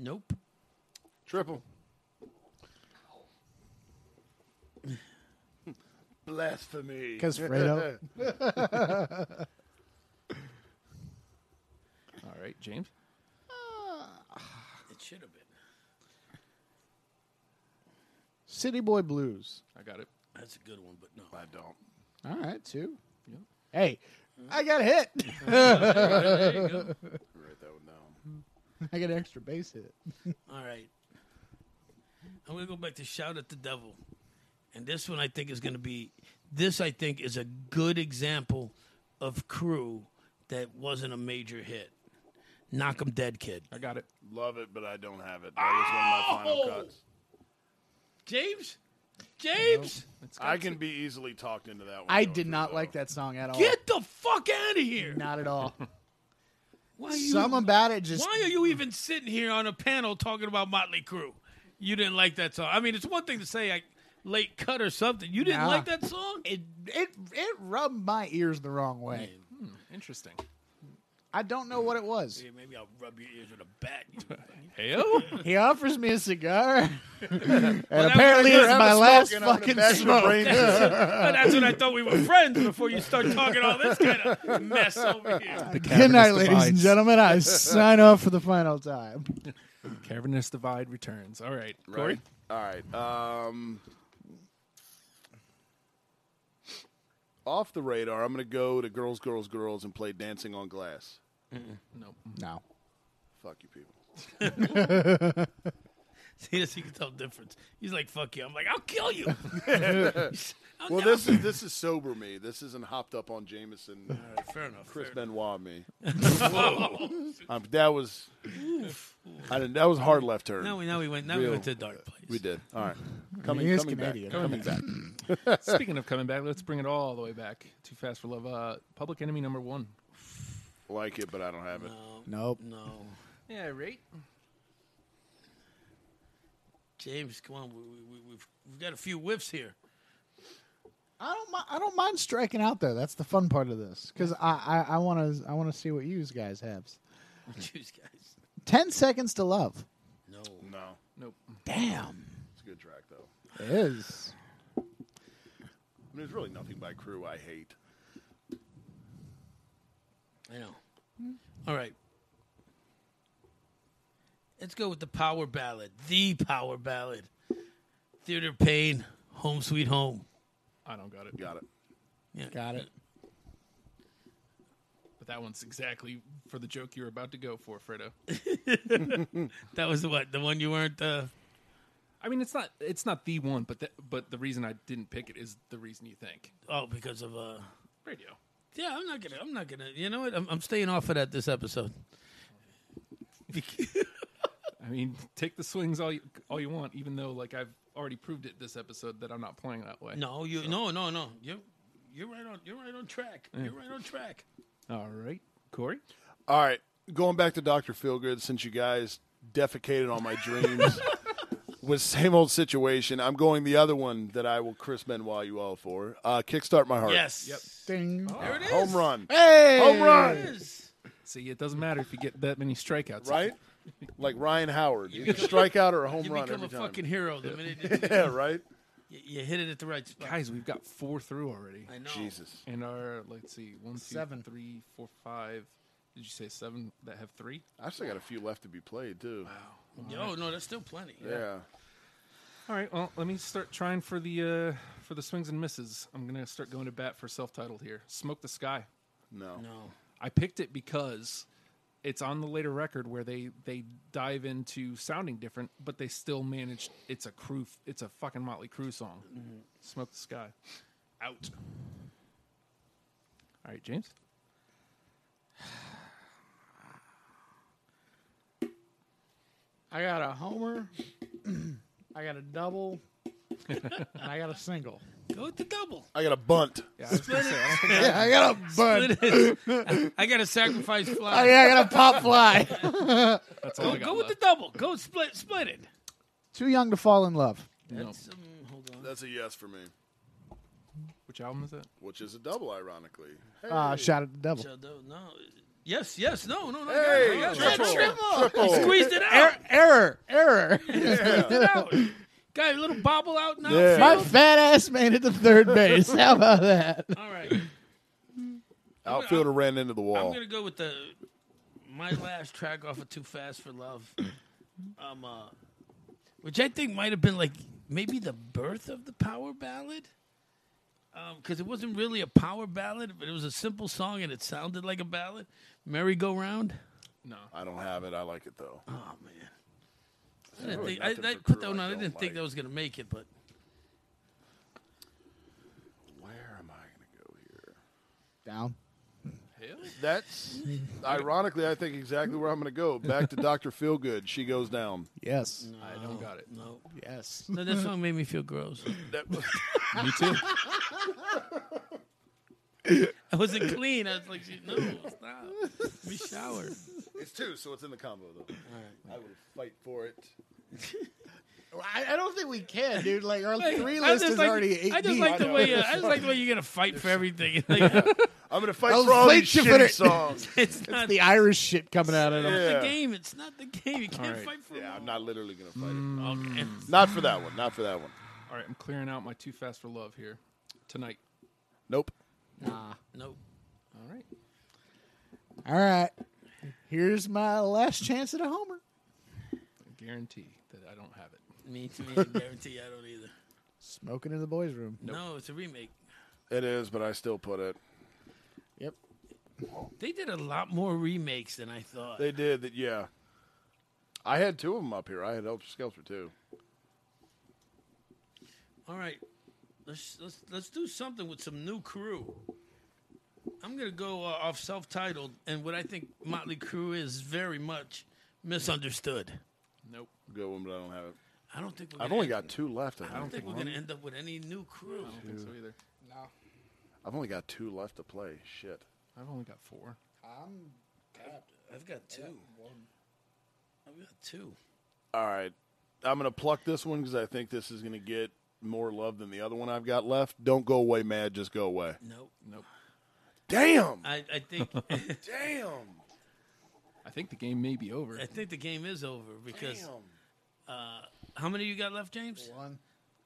Speaker 2: Nope.
Speaker 3: Triple. Blasphemy.
Speaker 4: Because Fredo.
Speaker 1: All right, James.
Speaker 2: It should have been.
Speaker 4: City Boy Blues.
Speaker 1: I got it.
Speaker 2: That's a good one, but no.
Speaker 3: I don't.
Speaker 4: All right, two.
Speaker 1: Yep.
Speaker 4: Hey, I got hit.
Speaker 2: There you go.
Speaker 3: Write that one down.
Speaker 4: I got an extra base hit.
Speaker 2: All right. I'm gonna go back to shout at the devil, and this one I think is gonna be. This I think is a good example of crew that wasn't a major hit. Knock 'em dead, kid.
Speaker 1: I got it.
Speaker 3: Love it, but I don't have it. That was one of my
Speaker 2: Ow!
Speaker 3: final cuts.
Speaker 2: James, James,
Speaker 1: It's got
Speaker 3: I can be easily talked into that one.
Speaker 4: I
Speaker 3: though,
Speaker 4: did
Speaker 3: too,
Speaker 4: not
Speaker 3: though.
Speaker 4: like that song at all.
Speaker 2: get the fuck out of here.
Speaker 4: Not at all.
Speaker 2: Why are you?
Speaker 4: Some about it just
Speaker 2: why are you even sitting here on a panel talking about Motley Crue? You didn't like that song. I mean, it's one thing to say I late cut or something. You didn't
Speaker 4: Nah.
Speaker 2: like that song.
Speaker 4: it, it it rubbed my ears the wrong way.
Speaker 1: interesting.
Speaker 4: I don't know what it was.
Speaker 2: Yeah, maybe I'll rub your ears with a bat. You.
Speaker 1: Heyo.
Speaker 4: He offers me a cigar, and
Speaker 2: was
Speaker 4: apparently
Speaker 2: like,
Speaker 4: it's
Speaker 3: Have a
Speaker 4: my
Speaker 3: smoke
Speaker 4: last
Speaker 3: and I'm gonna
Speaker 4: fucking
Speaker 3: bash your
Speaker 4: smoke.
Speaker 3: brains in.
Speaker 2: And that's when I thought we were friends before you start talking all this kind of mess over here.
Speaker 4: Good night, ladies and gentlemen. I sign off for the final time.
Speaker 1: Cavernous divide returns. All right, Corey.
Speaker 3: Right? All right. Um, off the radar, I'm going to go to Girls, Girls, Girls and play Dancing on Glass.
Speaker 1: No.
Speaker 4: No.
Speaker 3: Fuck you people.
Speaker 2: See, yes, you can tell the difference. He's like, "Fuck you." I'm like, "I'll kill you." I'll-
Speaker 3: Well, this is this is sober me. This isn't hopped up on Jameson,
Speaker 2: All right, fair enough.
Speaker 3: Chris
Speaker 2: fair
Speaker 3: Benoit me.
Speaker 2: enough.
Speaker 3: Um, that was I didn't, that was a hard left turn.
Speaker 2: Now we now we went now we
Speaker 3: Real.
Speaker 2: went to a dark place.
Speaker 3: we did. All right. Coming,
Speaker 4: is
Speaker 3: coming back.
Speaker 4: Canadian.
Speaker 3: Coming back.
Speaker 1: Speaking of coming back, let's bring it all the way back. Too fast for love. Uh, Public Enemy number one.
Speaker 3: Like it, but I don't have it.
Speaker 4: Nope.
Speaker 2: Um, No,
Speaker 1: Yeah, right.
Speaker 2: James, come on. We, we, we- we've we've got a few whiffs here.
Speaker 4: I don't. mi- I don't mind striking out though. That's the fun part of this because I I want to I want to see what you guys have.
Speaker 2: Jeez, guys.
Speaker 4: Ten seconds to love.
Speaker 2: No.
Speaker 3: No.
Speaker 1: Nope.
Speaker 4: Damn.
Speaker 3: It's a good track though. I
Speaker 4: It is.
Speaker 3: mean, there's really nothing by crew I hate.
Speaker 2: I know. All right. Let's go with the power ballad. The power ballad. Theater of Pain, Home Sweet Home.
Speaker 1: I don't got it.
Speaker 3: Got it.
Speaker 2: Yeah.
Speaker 4: Got it.
Speaker 1: But that one's exactly for the joke you were about to go for, Fredo.
Speaker 2: That was the what? The one you weren't uh
Speaker 1: I mean, it's not it's not the one, but the, but the reason I didn't pick it is the reason you think.
Speaker 2: oh because of uh
Speaker 1: Radio.
Speaker 2: Yeah, I'm not gonna I'm not gonna you know what? I'm I'm staying off of that this episode.
Speaker 1: I mean, take the swings all you, all you want, even though like I've already proved it this episode that I'm not playing that way.
Speaker 2: no, you no no no. You you're right on you're right on track. You're right on track.
Speaker 1: All right, Corey.
Speaker 3: All right, going back to Doctor Feelgood, since you guys defecated on my dreams with same old situation, I'm going the other one that I will Chris Benoit you all for. Uh, Kickstart my heart.
Speaker 2: Yes.
Speaker 1: Yep.
Speaker 4: Ding.
Speaker 2: There it is.
Speaker 3: home run,
Speaker 4: Hey.
Speaker 3: home
Speaker 2: There it
Speaker 3: run,
Speaker 2: is.
Speaker 1: See, it doesn't matter if you get that many strikeouts,
Speaker 3: right? Like Ryan Howard, either strike out or a home
Speaker 2: You
Speaker 3: run
Speaker 2: become
Speaker 3: every
Speaker 2: a
Speaker 3: time.
Speaker 2: fucking hero the minute you,
Speaker 3: yeah, right.
Speaker 2: you hit it at the right spot.
Speaker 1: Guys, we've got four through already,
Speaker 2: I know.
Speaker 3: Jesus,
Speaker 1: and our let's see, one, two,
Speaker 4: Seven.
Speaker 1: three, four, five. Did you say seven that have three?
Speaker 3: I still got a few left to be played too.
Speaker 2: Yo, no, that's still plenty.
Speaker 3: Yeah,
Speaker 1: All right. Well, let me start trying for the uh, for the swings and misses. I'm gonna start going to bat for self-titled here. Smoke the sky.
Speaker 3: no.
Speaker 2: No.
Speaker 1: I picked it because it's on the later record where they they dive into sounding different, but they still manage. It's a crew. It's a fucking Motley Crue song. Smoke the sky. Mm-hmm. Out. All right, James.
Speaker 4: I got a homer. I got a double. and I got a single.
Speaker 2: Go with the double.
Speaker 3: I got a bunt.
Speaker 1: Yeah, I was gonna say, I don't think
Speaker 4: Yeah, I got a bud.
Speaker 2: I got to sacrifice
Speaker 4: Oh,
Speaker 2: fly.
Speaker 4: yeah, I got a pop fly.
Speaker 1: that's all
Speaker 2: Go,
Speaker 1: I got
Speaker 2: go with the
Speaker 1: left.
Speaker 2: double. Go split split it.
Speaker 4: Too young to fall in love.
Speaker 1: No.
Speaker 2: That's, um, hold on.
Speaker 3: That's a yes for me,
Speaker 1: Which album is that?
Speaker 3: which is a double, ironically. Hey,
Speaker 4: Uh, shot at the double.
Speaker 2: So, no, no. Yes, yes. No, no, no. I got it, I
Speaker 3: hey,
Speaker 2: got it.
Speaker 3: triple,
Speaker 2: I Squeezed it out.
Speaker 4: Er-, error, error.
Speaker 2: Squeezed it out. Got a little bobble out now.
Speaker 3: Yeah.
Speaker 4: My fat ass made it to third base. How about that?
Speaker 2: All right.
Speaker 3: Outfielder ran into the
Speaker 2: I'm
Speaker 3: wall.
Speaker 2: going to go with the my last track off of Too Fast for Love. Um, uh, which I think might have been like maybe the birth of the power ballad. Because it wasn't really a power ballad, but it was a simple song and it sounded like a ballad. Merry Go Round.
Speaker 1: No.
Speaker 3: I don't have it. I like it though.
Speaker 2: Oh man, I, didn't
Speaker 3: really
Speaker 2: think, I,
Speaker 3: nothing
Speaker 2: I
Speaker 3: for
Speaker 2: put
Speaker 3: Drew
Speaker 2: that one
Speaker 3: I
Speaker 2: on. I
Speaker 3: don't
Speaker 2: didn't think
Speaker 3: like.
Speaker 2: that was gonna make it, but
Speaker 3: Where am I going to go here?
Speaker 4: Down.
Speaker 3: That's ironically, I think exactly where I'm going to go. Back to Doctor Feelgood. She goes down.
Speaker 4: Yes.
Speaker 1: I don't got it.
Speaker 2: No.
Speaker 4: Yes.
Speaker 2: No, that song made me feel gross.
Speaker 3: That-
Speaker 1: Me too.
Speaker 2: I wasn't clean. I was like, no, stop. Let me shower.
Speaker 3: it's two, so it's in the combo though. I would fight for it.
Speaker 4: I, I don't think we can, dude. Like our three
Speaker 2: I
Speaker 4: list
Speaker 2: just
Speaker 4: is
Speaker 2: like-
Speaker 4: already eight
Speaker 2: I just
Speaker 4: deep.
Speaker 2: like the
Speaker 3: know.
Speaker 2: way uh, I just like the way you're gonna fight for everything. Like,
Speaker 3: I'm going to fight
Speaker 4: I'll
Speaker 3: for all
Speaker 4: fight
Speaker 3: these
Speaker 4: you for
Speaker 3: shitty
Speaker 4: it.
Speaker 3: songs.
Speaker 2: it's not
Speaker 4: the Irish shit coming out of them.
Speaker 2: the
Speaker 3: Yeah.
Speaker 2: game. It's not the game. You can't
Speaker 1: right.
Speaker 2: fight for
Speaker 3: Yeah,
Speaker 2: it.
Speaker 3: I'm not literally going to fight it.
Speaker 2: Okay.
Speaker 3: Mm. Not for that one. Not for that one.
Speaker 1: All right, I'm clearing out my Too Fast for Love here tonight.
Speaker 3: Nope.
Speaker 2: Nope.
Speaker 1: All right.
Speaker 4: All right. Here's my last chance at a homer.
Speaker 1: I guarantee that I don't have it.
Speaker 2: Me, me, I guarantee I don't either.
Speaker 4: Smoking in the boys' room.
Speaker 2: No, it's a remake.
Speaker 3: It is, but I still put it.
Speaker 4: Yep.
Speaker 2: They did a lot more remakes than I thought.
Speaker 3: They did that. Yeah, I had two of them up here. I had Helter Skelter too.
Speaker 2: All right, let's let's let's do something with some new crew. I'm gonna go uh, off self-titled, and what I think Motley Crue is very much misunderstood.
Speaker 1: Nope.
Speaker 3: Good one, but I don't have it.
Speaker 2: I don't think we're
Speaker 3: I've
Speaker 2: gonna
Speaker 3: only
Speaker 2: end-
Speaker 3: got two left. I,
Speaker 2: I don't
Speaker 3: think.
Speaker 2: think we're gonna end up with any new
Speaker 1: I
Speaker 2: crew.
Speaker 1: don't think so either.
Speaker 3: I've only got two left to play. Shit.
Speaker 1: I've only got four.
Speaker 2: I've got two. I've got two.
Speaker 3: All right, I'm gonna pluck this one because I think this is gonna get more love than the other one I've got left. Don't go away, mad. Just go away.
Speaker 2: Nope.
Speaker 1: Nope.
Speaker 3: Damn.
Speaker 2: I, I think I
Speaker 3: Damn.
Speaker 1: I think the game may be over.
Speaker 2: think the game is over because
Speaker 3: Damn.
Speaker 2: how many you got left, James?
Speaker 4: One.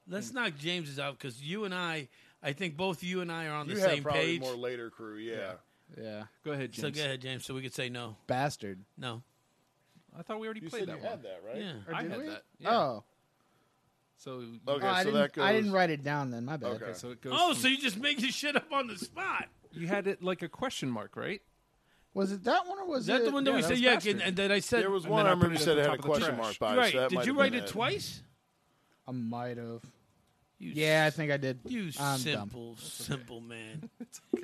Speaker 2: Let's knock James's out because you and I, I think both you and I are on
Speaker 3: You
Speaker 2: the
Speaker 3: have
Speaker 2: same
Speaker 3: probably
Speaker 2: page.
Speaker 3: more later crew. Yeah.
Speaker 4: Yeah.
Speaker 1: Go ahead,
Speaker 2: So
Speaker 1: James.
Speaker 2: go ahead, James. So we could say no,
Speaker 4: Bastard.
Speaker 2: no.
Speaker 1: I thought we already
Speaker 3: You
Speaker 1: played
Speaker 3: said
Speaker 1: that
Speaker 3: you
Speaker 1: one.
Speaker 3: had that, right?
Speaker 2: Yeah.
Speaker 1: I
Speaker 4: Did
Speaker 1: had
Speaker 4: we?
Speaker 1: that. Yeah.
Speaker 4: Oh.
Speaker 1: So you-
Speaker 3: Okay,
Speaker 4: Oh, I,
Speaker 3: so
Speaker 4: didn't,
Speaker 3: that goes.
Speaker 4: I didn't write it down then. My bad.
Speaker 3: Okay.
Speaker 1: okay, so it goes.
Speaker 2: Oh,
Speaker 1: from-
Speaker 2: so you just make your shit up on the spot?
Speaker 1: you had it like a question mark, right?
Speaker 4: Was it that one or was
Speaker 2: Is that
Speaker 4: it
Speaker 2: the one that we
Speaker 1: that
Speaker 2: said?
Speaker 1: was
Speaker 2: Yeah,
Speaker 1: bastard.
Speaker 2: and, and then I said
Speaker 3: There was
Speaker 1: And
Speaker 3: one
Speaker 1: then
Speaker 3: I
Speaker 1: I put
Speaker 3: remember you
Speaker 1: it at
Speaker 3: said
Speaker 1: the
Speaker 3: it
Speaker 1: top
Speaker 3: had a
Speaker 1: of the
Speaker 3: question
Speaker 1: trash.
Speaker 3: mark by
Speaker 2: You're
Speaker 3: it.
Speaker 2: right.
Speaker 3: so that
Speaker 2: Did
Speaker 3: might
Speaker 2: you
Speaker 3: have
Speaker 2: write
Speaker 3: been
Speaker 2: it twice?
Speaker 4: I might have.
Speaker 2: You
Speaker 4: Yeah, I
Speaker 2: s-
Speaker 4: think I did.
Speaker 2: You
Speaker 4: I'm dumb.
Speaker 2: simple, simple man.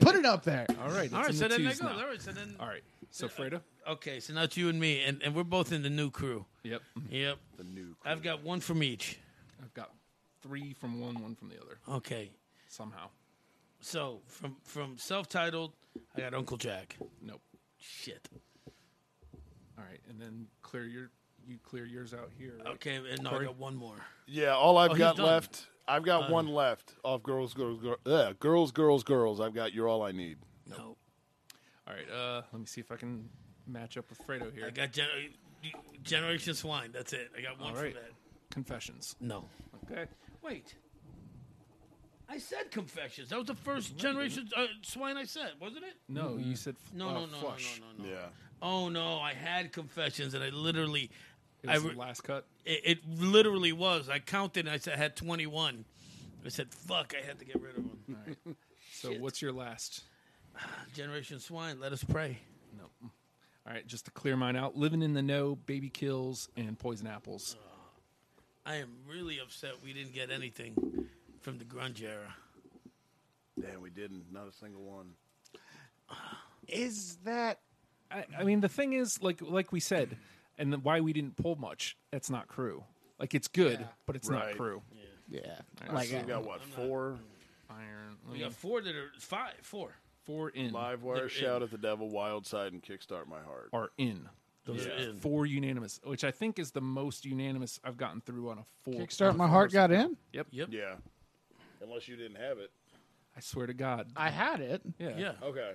Speaker 4: Put it up there.
Speaker 1: All right. It's
Speaker 2: All right,
Speaker 1: in
Speaker 2: so
Speaker 1: the
Speaker 2: then that
Speaker 1: twos
Speaker 2: goes.
Speaker 1: now.
Speaker 2: All right, so then.
Speaker 1: All right. So Freda.
Speaker 2: Okay, so now it's you and me, and, and we're both in the new crew.
Speaker 1: Yep.
Speaker 2: Yep,
Speaker 3: the new. Crew.
Speaker 2: I've got one from each.
Speaker 1: I've got three from one, one from the other.
Speaker 2: Okay,
Speaker 1: Somehow.
Speaker 2: so from from self-titled, I got Uncle Jack.
Speaker 1: Nope.
Speaker 2: Shit.
Speaker 1: All right, and then clear your you clear yours out here. right?
Speaker 2: Okay, and no, I
Speaker 1: Corey?
Speaker 2: got one more.
Speaker 3: Yeah, all I've
Speaker 2: Oh, he's
Speaker 3: got
Speaker 2: done. Oh.
Speaker 3: left. I've got one left off girls, girls, girls. Uh, girls, girls, girls. I've got you're all I need.
Speaker 2: No,
Speaker 1: All right. Uh, let me see if I can match up with Fredo here.
Speaker 2: I got Gen- Generation Swine. That's it. I got one
Speaker 1: All
Speaker 2: from
Speaker 1: right.
Speaker 2: that.
Speaker 1: Confessions.
Speaker 2: No.
Speaker 1: Okay.
Speaker 2: Wait. I said confessions. That was the first generation uh, swine I said, wasn't it?
Speaker 1: No, you said f-
Speaker 2: No,
Speaker 1: uh,
Speaker 2: no, no, no,
Speaker 1: flush.
Speaker 2: no, no, no. Oh no, I had confessions, and I literally, I
Speaker 1: It was
Speaker 2: re-
Speaker 1: the last cut.
Speaker 2: it, it literally was. I counted, and I said I had twenty one. I said, "Fuck!" I had to get rid of them.
Speaker 1: So what's your last?
Speaker 2: Generation swine. Let us pray.
Speaker 1: No. All right, just to clear mine out. Living in the know, baby kills, and poison apples.
Speaker 2: I am really upset we didn't get anything from the grunge era.
Speaker 3: Damn, we didn't. Not a single one.
Speaker 4: Is that
Speaker 1: I, I mean, the thing is, like like we said, and the, why we didn't pull much. That's not crew. Like it's good, but it's
Speaker 3: Right.
Speaker 1: not crew.
Speaker 4: yeah? Like
Speaker 3: We've
Speaker 4: uh,
Speaker 3: got what four?
Speaker 1: Iron.
Speaker 2: We got four that are five, four.
Speaker 1: four in.
Speaker 3: Live
Speaker 2: They're
Speaker 3: wire, shout
Speaker 2: in.
Speaker 3: at the devil, wild side, and kickstart my heart.
Speaker 1: are in.
Speaker 2: Those
Speaker 3: Yeah.
Speaker 2: are in.
Speaker 1: Four unanimous, which I think is the most unanimous I've gotten through on a full.
Speaker 4: kickstart. My heart got in.
Speaker 1: Yep.
Speaker 2: Yep.
Speaker 3: Yeah, unless you didn't have it.
Speaker 1: I swear to God.
Speaker 4: I had it.
Speaker 1: yeah.
Speaker 2: Yeah.
Speaker 3: Okay.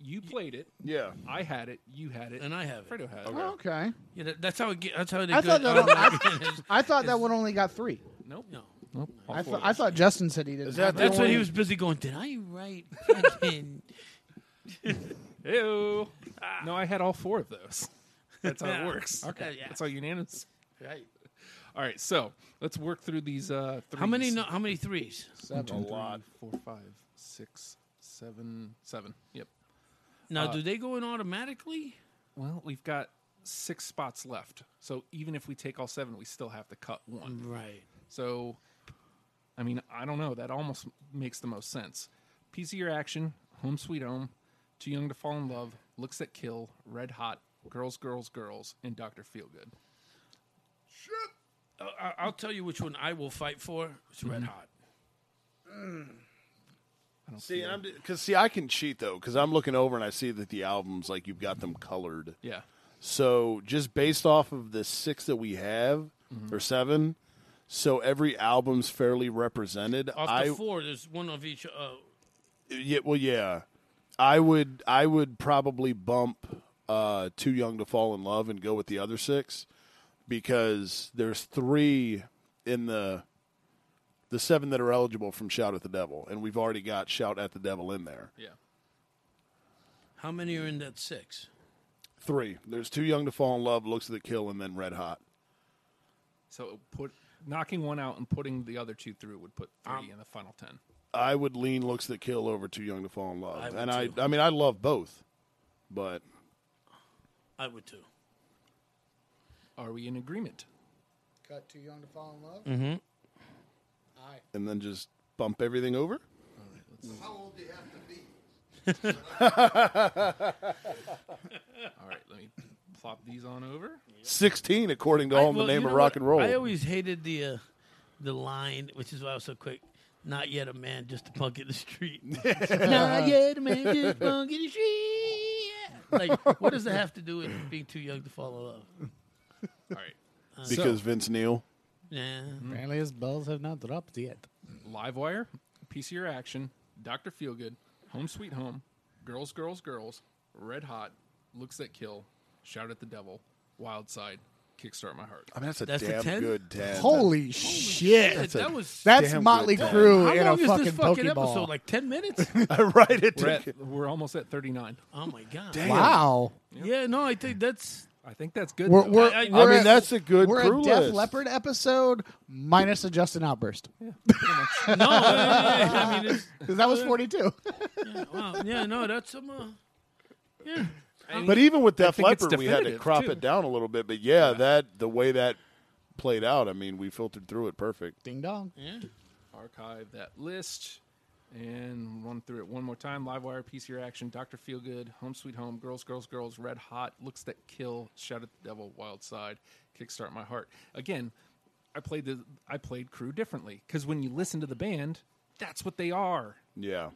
Speaker 1: You played it.
Speaker 3: Yeah.
Speaker 1: I had it. You had it.
Speaker 2: And I have it.
Speaker 1: Fredo had it.
Speaker 4: Oh, okay.
Speaker 2: Yeah, that, that's how it get, that's how they.
Speaker 4: I
Speaker 2: good,
Speaker 4: thought that one- I thought that one only got three.
Speaker 1: Nope.
Speaker 2: no.
Speaker 1: Nope. All
Speaker 4: I
Speaker 1: four
Speaker 4: thought
Speaker 1: of
Speaker 4: I
Speaker 1: us.
Speaker 4: thought Justin said he didn't.
Speaker 3: that
Speaker 4: have
Speaker 3: the
Speaker 4: it.
Speaker 2: That's what he was busy going. Did I write? fucking-"
Speaker 1: Ew. No, I had all four of those. That's how
Speaker 2: Yeah.
Speaker 1: it works.
Speaker 2: Okay. Yeah.
Speaker 1: That's all unanimous.
Speaker 2: right.
Speaker 1: All right. So let's work through these. Uh,
Speaker 2: How many?
Speaker 1: threes.
Speaker 2: No, how many threes?
Speaker 1: One, two,
Speaker 4: Seven.
Speaker 1: three,
Speaker 3: lot.
Speaker 1: four, five, six, seven, seven. Yep.
Speaker 2: Now, do they go in automatically?
Speaker 1: Well, we've got six spots left. So even if we take all seven, we still have to cut one.
Speaker 2: Right.
Speaker 1: So, I mean, I don't know. That almost makes the most sense. Piece of your action, Home Sweet Home, Too Young to Fall in Love, Looks at Kill, Red Hot, Girls, Girls, Girls, and Doctor Feelgood.
Speaker 2: Uh, I- I'll tell you which one I will fight for. It's Red Hot.
Speaker 3: See, and I'm because see, I can cheat though because I'm looking over and I see that the albums like you've got them colored.
Speaker 1: Yeah,
Speaker 3: So just based off of the six that we have
Speaker 2: Mm-hmm.
Speaker 3: or seven, so every album's fairly represented.
Speaker 2: Off
Speaker 3: I
Speaker 2: the four, there's one of each. Uh,
Speaker 3: yeah, well, yeah, I would I would probably bump uh, "Too Young to Fall in Love" and go with the other six because there's three in the the seven that are eligible from "Shout at the Devil," and we've already got "Shout at the Devil" in there.
Speaker 1: yeah.
Speaker 2: how many are in that six?
Speaker 3: Three. There's "Too Young to Fall in Love," "Looks at the Kill," and then "Red Hot."
Speaker 1: So put Um, knocking one out and putting the other two through would put three in the final ten.
Speaker 3: I would lean "Looks at the Kill" over "Too Young to Fall in Love,"
Speaker 2: I would
Speaker 3: and I
Speaker 2: too.
Speaker 3: I mean I love both, but
Speaker 2: I would too.
Speaker 1: Are we in agreement?
Speaker 4: Cut too young to fall in love.
Speaker 2: Mm-hmm.
Speaker 4: Aye.
Speaker 3: and then just bump everything over.
Speaker 5: How old do you have to be?
Speaker 1: All right, let me plop these on over.
Speaker 3: Sixteen, according to
Speaker 2: I-
Speaker 3: all in
Speaker 2: well,
Speaker 3: the name
Speaker 2: you
Speaker 3: of
Speaker 2: know
Speaker 3: rock
Speaker 2: what?
Speaker 3: and roll.
Speaker 2: I always hated the uh, the line, which is why I was so quick. Not yet a man, just a punk in the street. Not yet a man, just a punk in the street. Like, what does that have to do with being too young to fall in love?
Speaker 1: All right,
Speaker 3: because Vince Neil.
Speaker 2: Nah.
Speaker 4: Apparently his bells have not dropped yet.
Speaker 1: Livewire, Piece of Your Action, Doctor Feelgood, Home Sweet Home, Girls, Girls, Girls, Red Hot, Looks That Kill, Shout at the Devil, Wild Side, Kickstart My Heart.
Speaker 3: I mean, that's a
Speaker 2: That's a
Speaker 3: damn
Speaker 2: 10?
Speaker 3: good ten.
Speaker 4: Holy shit.
Speaker 2: That- that
Speaker 3: a-
Speaker 2: was.
Speaker 4: That's
Speaker 3: damn
Speaker 4: Motley
Speaker 3: good time.
Speaker 2: how
Speaker 4: Crue in a
Speaker 2: long is
Speaker 4: fucking,
Speaker 2: this fucking
Speaker 4: Pokeball.
Speaker 2: episode? Like ten minutes?
Speaker 3: right. It
Speaker 1: We're,
Speaker 3: took,
Speaker 1: at, we're almost at 39.
Speaker 2: oh my god!
Speaker 3: Damn.
Speaker 4: wow.
Speaker 2: Yeah, no, I think that's
Speaker 1: I think that's good.
Speaker 4: We're,
Speaker 1: though.
Speaker 4: we're,
Speaker 2: I- I-
Speaker 4: we're
Speaker 3: I mean,
Speaker 4: at-
Speaker 3: that's a good
Speaker 4: We're
Speaker 3: crew
Speaker 4: a Def
Speaker 3: list.
Speaker 4: Leopard episode minus a Justin outburst.
Speaker 2: no. I mean, it's, uh,
Speaker 4: 'Cause that was 42.
Speaker 2: yeah, wow, yeah, no, that's some. Uh, yeah,
Speaker 3: But even with Def
Speaker 1: think it's
Speaker 3: Leppard, we had to
Speaker 1: definitive,
Speaker 3: crop
Speaker 1: too.
Speaker 3: it down a little bit. But yeah, that the way that played out, I mean, we filtered through it perfect.
Speaker 4: Ding dong.
Speaker 2: yeah.
Speaker 1: archive that list and run through it one more time. Livewire, Piece of Your Action, Doctor Feelgood, Home Sweet Home, Girls, Girls, Girls, Red Hot, Looks That Kill, Shout at the Devil, Wild Side, Kickstart My Heart. Again, I played the I played Crew differently because when you listen to the band, that's what they are.
Speaker 3: Yeah,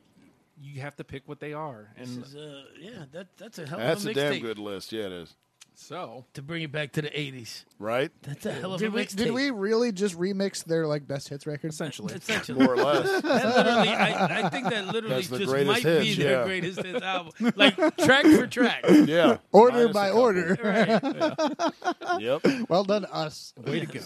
Speaker 1: You have to pick what they are, and
Speaker 2: Is, uh, yeah, that that's a hell
Speaker 3: that's
Speaker 2: of
Speaker 3: a
Speaker 2: a
Speaker 3: damn
Speaker 2: mixtape.
Speaker 3: good list. Yeah, it is.
Speaker 1: so
Speaker 2: To bring it back to the '80s,
Speaker 3: Right,
Speaker 2: that's a hell of
Speaker 4: Did
Speaker 2: a
Speaker 4: we,
Speaker 2: mixtape.
Speaker 4: did we really just remix their like best hits record?
Speaker 1: essentially,
Speaker 2: Essentially,
Speaker 3: more or less.
Speaker 2: that literally, I, I think that literally
Speaker 3: That's the
Speaker 2: just
Speaker 3: greatest
Speaker 2: might be
Speaker 3: hits,
Speaker 2: their
Speaker 3: yeah.
Speaker 2: greatest hits album, like track for track.
Speaker 3: Yeah,
Speaker 4: Order
Speaker 3: Minus a
Speaker 4: by
Speaker 3: couple.
Speaker 4: order.
Speaker 2: Right.
Speaker 3: Yep,
Speaker 4: Well done, us.
Speaker 1: way to go.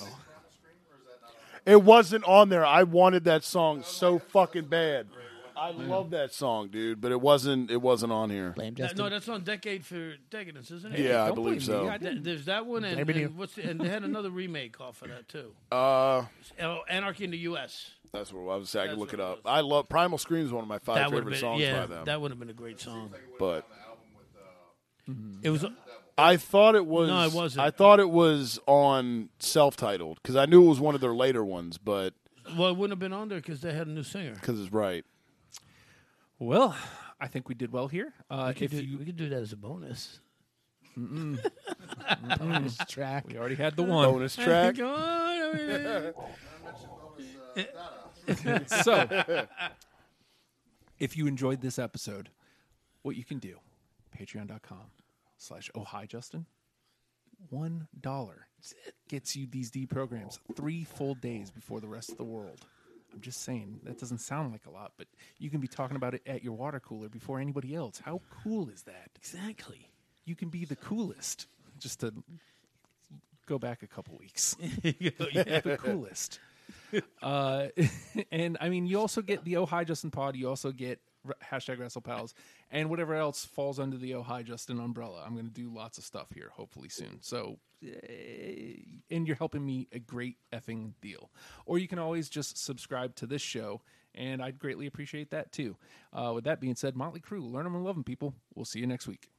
Speaker 3: it wasn't on there. I wanted that song so fucking bad. I love that song, dude, but it wasn't. It wasn't on here.
Speaker 4: Blame
Speaker 2: That-
Speaker 4: Justin.
Speaker 2: no, that's on Decade for Decadence, isn't it?
Speaker 3: Yeah, I
Speaker 1: Don't
Speaker 3: believe
Speaker 1: blame me.
Speaker 3: so.
Speaker 1: I
Speaker 2: Th-
Speaker 1: didn't-
Speaker 2: there's that one, and,
Speaker 4: Blaming you.
Speaker 2: and what's the, and they had another remake off of that too.
Speaker 3: Uh,
Speaker 2: Oh, Anarchy in the U.S.
Speaker 3: that's what I was. saying. I
Speaker 2: That's
Speaker 3: could look
Speaker 2: what
Speaker 3: it
Speaker 2: it
Speaker 3: up.
Speaker 2: was.
Speaker 3: I love Primal Scream is one of my five
Speaker 2: that would have
Speaker 3: favorite
Speaker 2: been
Speaker 3: songs
Speaker 2: yeah,
Speaker 3: by them.
Speaker 2: that would have been a great song.
Speaker 3: but
Speaker 5: On the album with uh,
Speaker 2: It was
Speaker 3: I thought it was.
Speaker 2: No, it wasn't.
Speaker 3: I thought it was on self-titled because I knew it was one of their later ones, but
Speaker 2: well, it wouldn't have been on there because they had a new singer.
Speaker 3: because it's right.
Speaker 1: Well, I think we did well here. Uh,
Speaker 2: We
Speaker 1: if
Speaker 2: could, do,
Speaker 1: you,
Speaker 2: we could do that as a bonus.
Speaker 4: bonus track.
Speaker 1: we already had the one.
Speaker 3: Bonus track.
Speaker 2: Come on, I mean-
Speaker 1: so if you enjoyed this episode what you can do patreon.com slash oh hi justin one dollar gets you these d programs three full days before the rest of the world i'm just saying that doesn't sound like a lot but you can be talking about it at your water cooler before anybody else how cool is that
Speaker 2: exactly.
Speaker 1: you can be the coolest just to go back a couple weeks the coolest. Uh, and I mean, you also get the Oh Hi Justin pod. You also get r- hashtag WrestlePals and whatever else falls under the Oh Hi Justin umbrella. I'm going to do lots of stuff here, hopefully soon. So, eh, and you're helping me a great effing deal. Or you can always just subscribe to this show, and I'd greatly appreciate that too. Uh, with that being said, Motley Crue, learn 'em and love 'em, people. We'll see you next week.